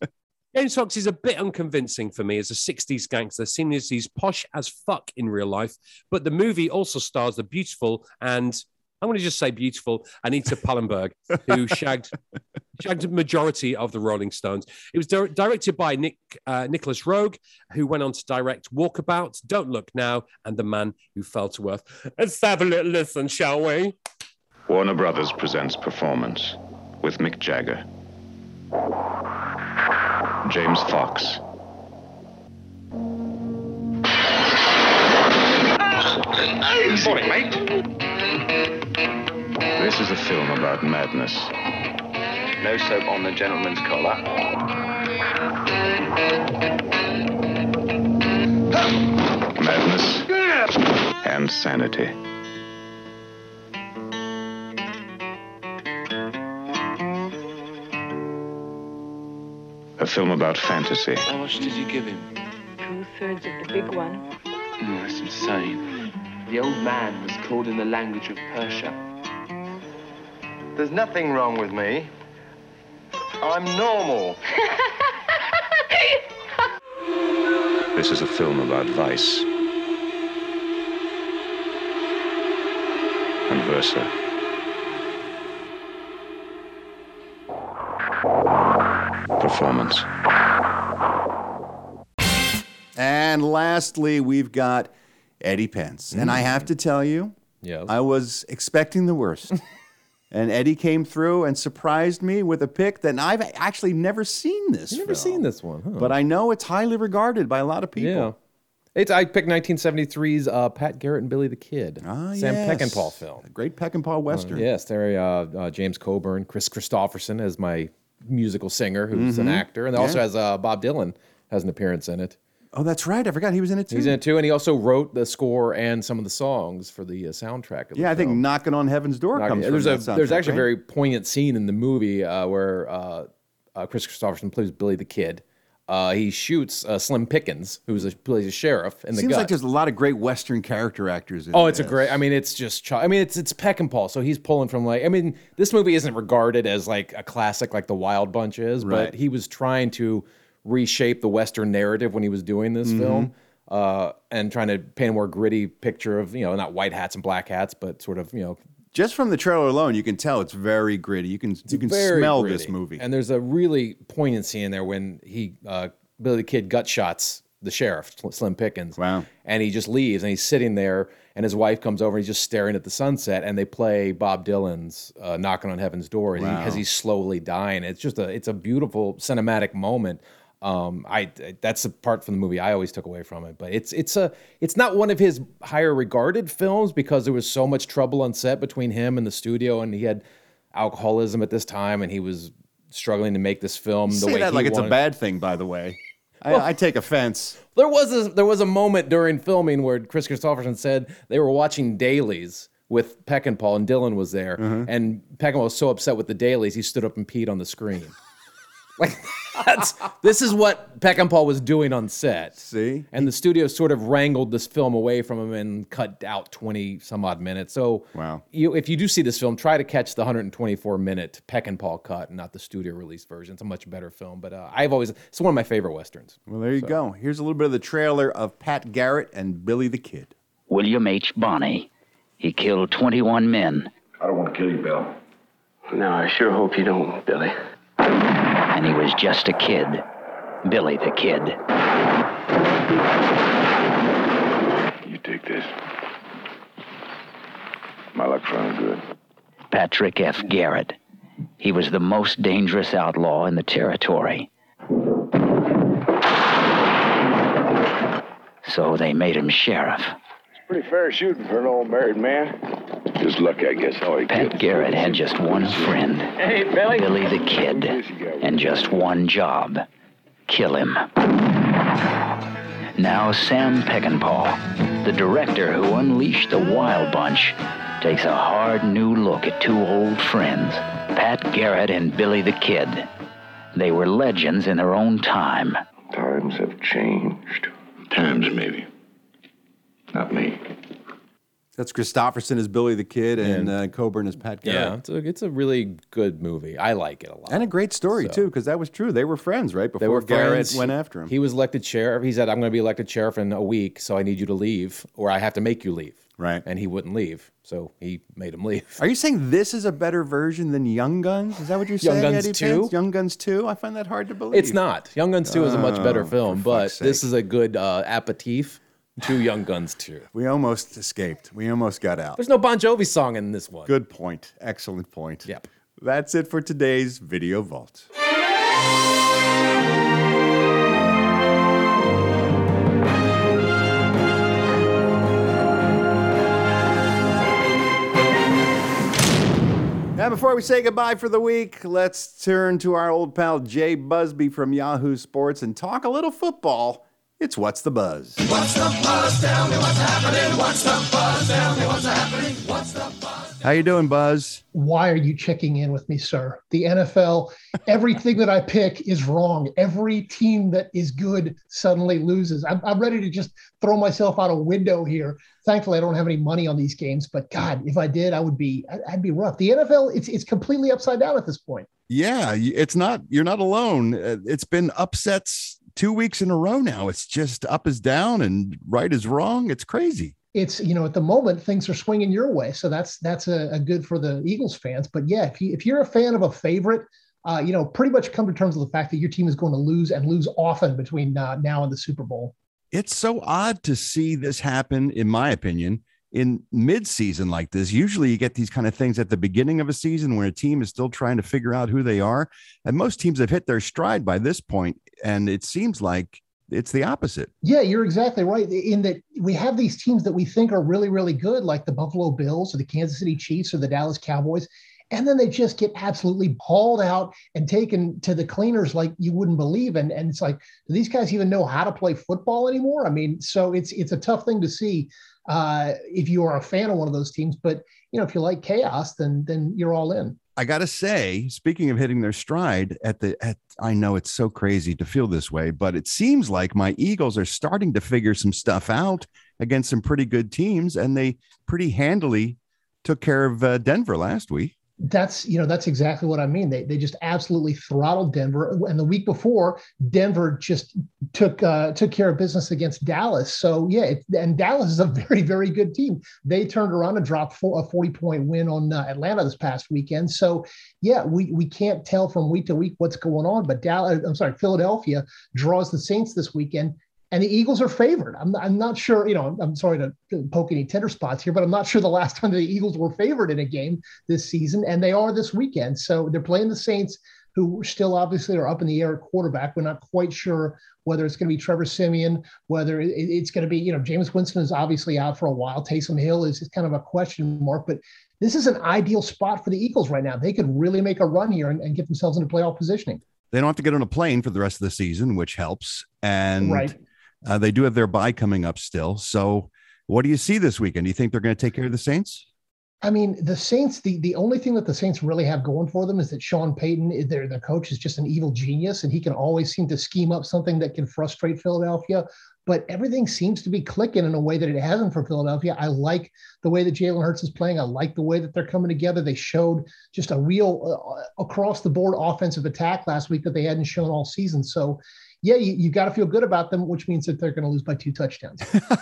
S18: James Fox is a bit unconvincing for me as a 60s gangster, seen as he's posh as fuck in real life. But the movie also stars the beautiful and I'm going to just say beautiful Anita Pallenberg, who shagged shagged a majority of the Rolling Stones. It was dir- directed by Nick uh, Nicholas Rogue, who went on to direct Walkabout, Don't Look Now, and The Man Who Fell to Earth. Let's have a little listen, shall we?
S6: Warner Brothers presents Performance with Mick Jagger, James Fox,
S3: Morning, mate.
S6: This is a film about madness. No soap on the gentleman's collar. Madness and sanity. A film about fantasy.
S22: How much did you give him?
S23: Two thirds of the big one.
S22: Mm, that's insane. The old man was called in the language of Persia.
S7: There's nothing wrong with me. I'm
S23: [laughs]
S7: normal.
S6: This is a film about vice and versa. Performance.
S1: And lastly, we've got Eddie Pence. And I have to tell you,
S5: Yes.
S1: I was expecting
S5: [laughs]
S1: the worst. and Eddie came through and surprised me with a pick that I've actually never seen this.
S5: You've never
S1: film.
S5: seen this one, huh?
S1: But I know it's highly regarded by a lot of people.
S5: Yeah. It's, I picked 1973's uh, Pat Garrett and Billy the Kid, Sam
S1: Ah, yes.
S5: Peckinpah film.
S1: Great Peckinpah Western.
S5: Uh, yes, there uh, uh, James Coburn, Chris Christopherson as my musical singer, who's an
S1: Mhm.
S5: actor, and
S1: Yeah.
S5: also has uh, Bob Dylan has an appearance in it.
S1: Oh, that's right. I forgot he was in it too.
S5: He's in it too, and he also wrote the score and some of the songs for the uh, soundtrack. Of
S1: Yeah,
S5: the
S1: I think
S5: film.
S1: "Knocking on Heaven's Door"
S5: Knock-
S1: comes
S5: there's
S1: from
S5: a
S1: that
S5: there's
S1: soundtrack,
S5: actually a
S1: right?
S5: very poignant scene in the movie uh, where uh, uh, Chris Christopherson plays Billy the Kid. Uh, he shoots uh, Slim Pickens, who plays a sheriff in the
S1: Seems
S5: gut.
S1: like there's a lot of great Western character actors. in
S5: Oh, it's a
S1: this.
S5: great. I mean, it's just. Ch- I mean, it's it's Peck and Paul, so he's pulling from like. I mean, this movie isn't regarded as like a classic like The Wild Bunch is,
S1: Right.
S5: but he was trying to reshape the Western narrative when he was doing this
S1: Mhm.
S5: film, uh, and trying to paint a more gritty picture of you know not white hats and black hats, but sort of you know
S1: Just from the trailer alone, you can tell it's very gritty. You can you can
S5: very
S1: smell
S5: gritty.
S1: this movie.
S5: And there's a really poignant scene in there when he uh, Billy the Kid gut shots the sheriff Slim Pickens. Wow. And he just leaves and he's sitting there and his wife comes over and he's just staring at the sunset and they play Bob Dylan's uh, Knocking on Heaven's Door as, he-
S1: Wow.
S5: as he's slowly dying. It's just a it's a beautiful cinematic moment. Um, I that's the part from the movie I always took away from it, but it's it's a it's not one of his higher regarded films because there was so much trouble on set between him and the studio, and he had alcoholism at this time, and he was struggling to make this film.
S1: You
S5: the
S1: say
S5: way
S1: that
S5: he
S1: like it's a
S5: wanted.
S1: bad thing, by the way. I,
S5: Well-
S1: I take offense.
S5: There was a, there was a moment during filming where Chris Christopherson said they were watching dailies with Peckinpah, and Dylan was there,
S1: Mm-hmm.
S5: and Peckinpah was so upset with the dailies he stood up and peed on the screen. like that's this is what Peckinpah was doing on set.
S1: See,
S5: and the studio sort of wrangled this film away from him and cut out twenty some odd minutes. So wow, you, if you do see this film, try to catch the 124 minute Peckinpah cut and not the studio release version. It's a much better film, but uh, I've always it's one of my favorite westerns.
S1: Well, there you go. Here's a little bit of the trailer of Pat Garrett and Billy the Kid.
S24: William H. Bonney. He killed 21 men. I don't want to kill you, Bill. No, I sure hope you don't, Billy. And he was just a kid. Billy the Kid.
S4: You take this. My luck's running good.
S24: Patrick F. Garrett. He was the most dangerous outlaw in the territory. So they made him sheriff.
S4: Pretty fair shooting for an old married man. Just lucky, I guess. All he
S24: Pat Garrett had just one friend,
S4: Hey, Billy.
S24: Billy the Kid, and just one job kill him. Now, Sam Peckinpah, the director who unleashed the Wild Bunch, takes a hard new look at two old friends, Pat Garrett and Billy the Kid. They were legends in their own time.
S4: Times have changed. Times, maybe. Not me.
S1: That's Christopherson as Billy the Kid and uh, Coburn as Pat
S5: Yeah,
S1: Garrett.
S5: it's a, it's a really good movie. I like it a lot.
S1: And a great story, too, because that was true. They were friends, right? Before
S5: They were
S1: Garrett
S5: friends.
S1: went after him.
S5: He was elected sheriff. He said, "I'm going to be elected sheriff in a week, so I need you to leave, or I have to make you leave."
S1: Right.
S5: And he wouldn't leave, so he made him leave.
S1: Are you saying this is a better version than Young Guns? Is that what you're
S5: Young
S1: saying,
S5: Guns
S1: Eddie
S5: 2?
S1: Pence? Young Guns 2? I find that hard to believe.
S5: It's not. Young Guns 2 is a much better
S1: Oh,
S5: film, but this is a good uh, aperitif to Young Guns 2.
S1: We almost escaped. We almost got out.
S5: There's no Bon Jovi song in this one.
S1: Good point. Excellent point.
S5: Yep.
S1: That's it for today's Video Vault. Now, before we say goodbye for the week, let's turn to our old pal Jay Busby from Yahoo Sports and talk a little football. It's What's the Buzz.
S3: What's the buzz? Tell me what's happening. What's the buzz? Tell me what's happening. What's the
S1: How you doing, Buzz?
S25: why are you checking in with me, sir? The NFL, everything that I pick is wrong. Every team that is good suddenly loses. I'm, I'm ready to just throw myself out a window here. Thankfully, I don't have any money on these games, but God, if I did, I would be, I- I'd be rough. The NFL, it's it's completely upside down at this point.
S19: Yeah, y- it's not. You're not alone. Uh, It's been upsets two weeks in a row now. It's just up is down and right is wrong. It's crazy.
S25: It's you know at the moment things are swinging your way, so that's that's a, a good for the Eagles fans. But yeah, if you if you're a fan of a favorite. Uh, you know, pretty much come to terms with the fact that your team is going to lose and lose often between uh, now and the Super Bowl.
S19: It's so odd to see this happen, in my opinion, in mid-season like this. Usually, you get these kind of things at the beginning of a season when a team is still trying to figure out who they are, and most teams have hit their stride by this point, and it seems like it's the opposite.
S25: Yeah, you're exactly right. In that we have these teams that we think are really, really good, like the Buffalo Bills or the Kansas City Chiefs or the Dallas Cowboys. And then they just get absolutely hauled out and taken to the cleaners like you wouldn't believe. And, and it's like, do these guys even know how to play football anymore? I mean, so it's it's a tough thing to see uh, if you are a fan of one of those teams. But you know, if you like chaos, then then you're all in.
S19: I gotta say, speaking of hitting their stride at the at I know it's so crazy to feel this way, but it seems like my Eagles are starting to figure some stuff out against some pretty good teams, and they pretty handily took care of uh, Denver last week.
S25: that's you know that's exactly what i mean they, they just absolutely throttled denver and the week before denver just took uh, took care of business against dallas so yeah it, and dallas is a [laughs] very very good team they turned around and dropped four, a 40 point win on uh, atlanta this past weekend so yeah we we can't tell from week to week what's going on but dallas i'm sorry philadelphia draws the saints this weekend and the Eagles are favored. I'm, I'm not sure, you know, I'm, I'm sorry to poke any tender spots here, but I'm not sure the last [laughs] time the Eagles were favored in a game this season, and they are this weekend. So they're playing the Saints, who still obviously are up in the air at quarterback. We're not quite sure whether it's going to be Trevor Simeon, whether it- it's going to be, you know, James Winston is obviously out for a while. Taysom Hill is kind of a question mark, but this is an ideal spot for the Eagles right now. They could really make a run here and, and get themselves into playoff positioning.
S19: They don't have to get on a plane for the rest of the season, which helps, and
S25: Right.
S19: uh, they do have their bye coming up still. So, what do you see this weekend? Do you think they're going to take care of the Saints?
S25: I mean, the Saints, the, the only thing that the Saints really have going for them is that Sean Payton, eh, their, their coach, is just an evil genius and he can always seem to scheme up something that can frustrate Philadelphia. But everything seems to be clicking in a way that it hasn't for Philadelphia. I like the way that Jalen Hurts is playing. I like the way that they're coming together. They showed just a real uh, across the board offensive attack last week that they hadn't shown all season. So, yeah, you, you got to feel good about them, which means that they're going to lose by two touchdowns. Well,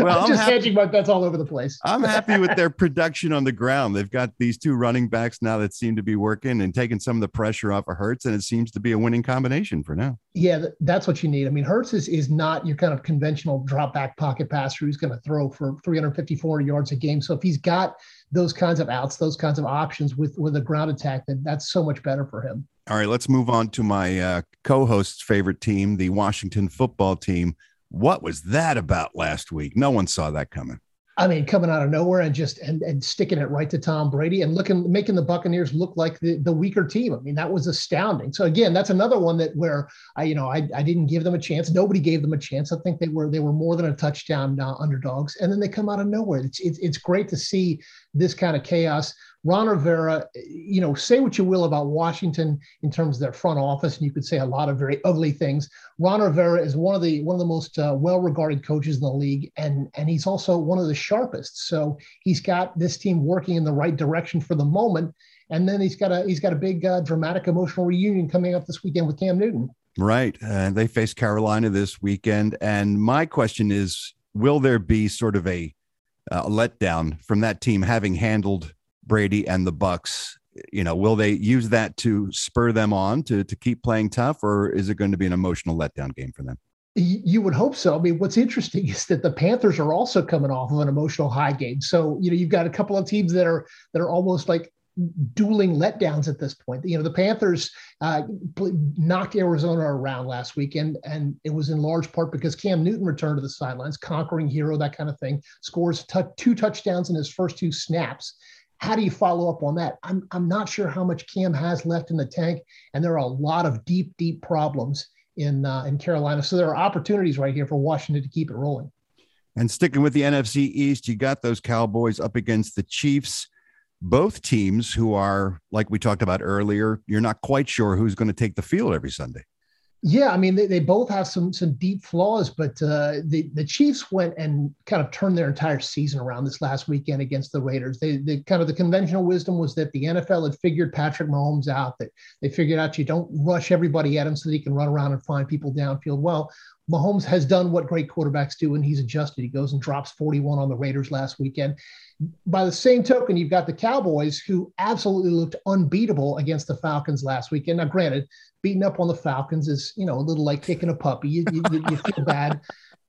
S19: Well,
S25: [laughs] I'm,
S19: I'm
S25: just
S19: happy-
S25: hedging my bets all over the place.
S19: I'm happy with their production on the ground. They've got these two running backs now that seem to be working and taking some of the pressure off of Hertz, and it seems to be a winning combination for now.
S25: Yeah, th- that's what you need. I mean, Hertz is, is not your kind of conventional drop back pocket passer who's going to throw for 354 yards a game. So if he's got those kinds of outs, those kinds of options with with a ground attack, then that's so much better for him.
S19: All right, let's move on to my uh, co-host's favorite team, the Washington football team. What was that about last week? No one saw that coming.
S25: I mean, coming out of nowhere and just and, and sticking it right to Tom Brady and looking making the Buccaneers look like the, the weaker team. I mean, that was astounding. So again, that's another one that where I you know I, I didn't give them a chance. Nobody gave them a chance. I think they were they were more than a touchdown uh, underdogs, and then they come out of nowhere. It's it's, it's great to see this kind of chaos. Ron Rivera, you know, say what you will about Washington in terms of their front office, and you could say a lot of very ugly things. Ron Rivera is one of the one of the most uh, well-regarded coaches in the league, and and he's also one of the sharpest. So he's got this team working in the right direction for the moment, and then he's got a he's got a big uh, dramatic emotional reunion coming up this weekend with Cam Newton.
S19: Right. Uh, they face Carolina this weekend. And my question is will there be sort of a uh, letdown from that team having handled Brady and the Bucks? You know, will they use that to spur them on to, to keep playing tough, or is it going to be an emotional letdown game for them?
S25: Y- You would hope so. I mean, what's interesting is that the Panthers are also coming off of an emotional high game. So you know you've got a couple of teams that are that are almost like dueling letdowns at this point. You know the Panthers uh, bl- knocked Arizona around last weekend, and it was in large part because Cam Newton returned to the sidelines, conquering hero, that kind of thing. Scores tou- two touchdowns in his first two snaps how do you follow up on that? I'm, I'm not sure how much Cam has left in the tank, and there are a lot of deep, deep problems in uh, in Carolina. So there are opportunities right here for Washington to keep it rolling.
S19: And sticking with the NFC East, you got those Cowboys up against the Chiefs. Both teams who are, like we talked about earlier, you're not quite sure who's going to take the field every Sunday.
S25: Yeah, I mean they, they both have some some deep flaws, but uh, the the Chiefs went and kind of turned their entire season around this last weekend against the Raiders. They, they kind of the conventional wisdom was that the NFL had figured Patrick Mahomes out, that they figured out you don't rush everybody at him so that he can run around and find people downfield. Well, Mahomes has done what great quarterbacks do, and he's adjusted. He goes and drops 41 on the Raiders last weekend. By the same token, you've got the Cowboys, who absolutely looked unbeatable against the Falcons last weekend. Now, granted, beating up on the Falcons is, you know, a little like kicking a puppy. You, you, you you feel bad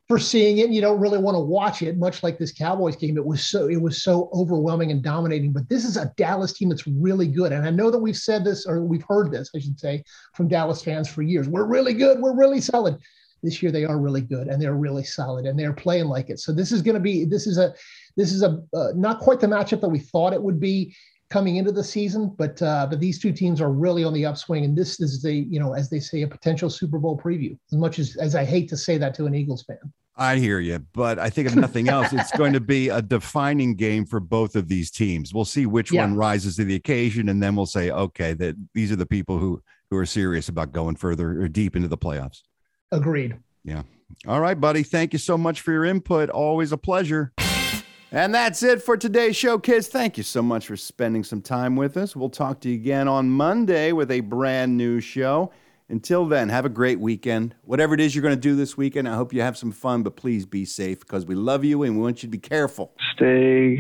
S25: for seeing it. and You don't really want to watch it, much like this Cowboys game. It was so it was so overwhelming and dominating. But this is a Dallas team that's really good, and I know that we've said this or we've heard this, I should say, from Dallas fans for years. We're really good. We're really solid. This year they are really good and they're really solid and they're playing like it. So this is going to be this is a this is a uh, not quite the matchup that we thought it would be coming into the season, but uh, but these two teams are really on the upswing, and this is a you know as they say a potential Super Bowl preview. As much as as I hate to say that to an Eagles fan.
S19: I hear you, but I think if nothing else, it's going to be a defining game for both of these teams. We'll see which
S25: Yeah.
S19: one rises to the occasion, and then we'll say, okay, that these are the people who who are serious about going further or deep into the playoffs.
S25: Agreed.
S19: Yeah. All right, buddy. Thank you so much for your input. Always a pleasure.
S1: And that's it for today's show, kids. Thank you so much for spending some time with us. We'll talk to you again on Monday with a brand new show. Until then, have a great weekend. Whatever it is you're going to do this weekend, I hope you have some fun, but please be safe because we love you and we want you to be careful.
S10: Stay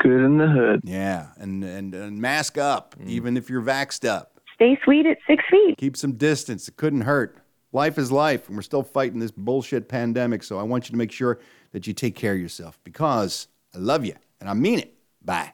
S10: good in the hood.
S1: Yeah, and, and, and mask up, even if you're vaxxed up.
S10: Mm. Stay sweet at six feet.
S1: Keep some distance. It couldn't hurt. Life is life, and we're still fighting this bullshit pandemic, so I want you to make sure that you take care of yourself because I love you and I mean it. Bye.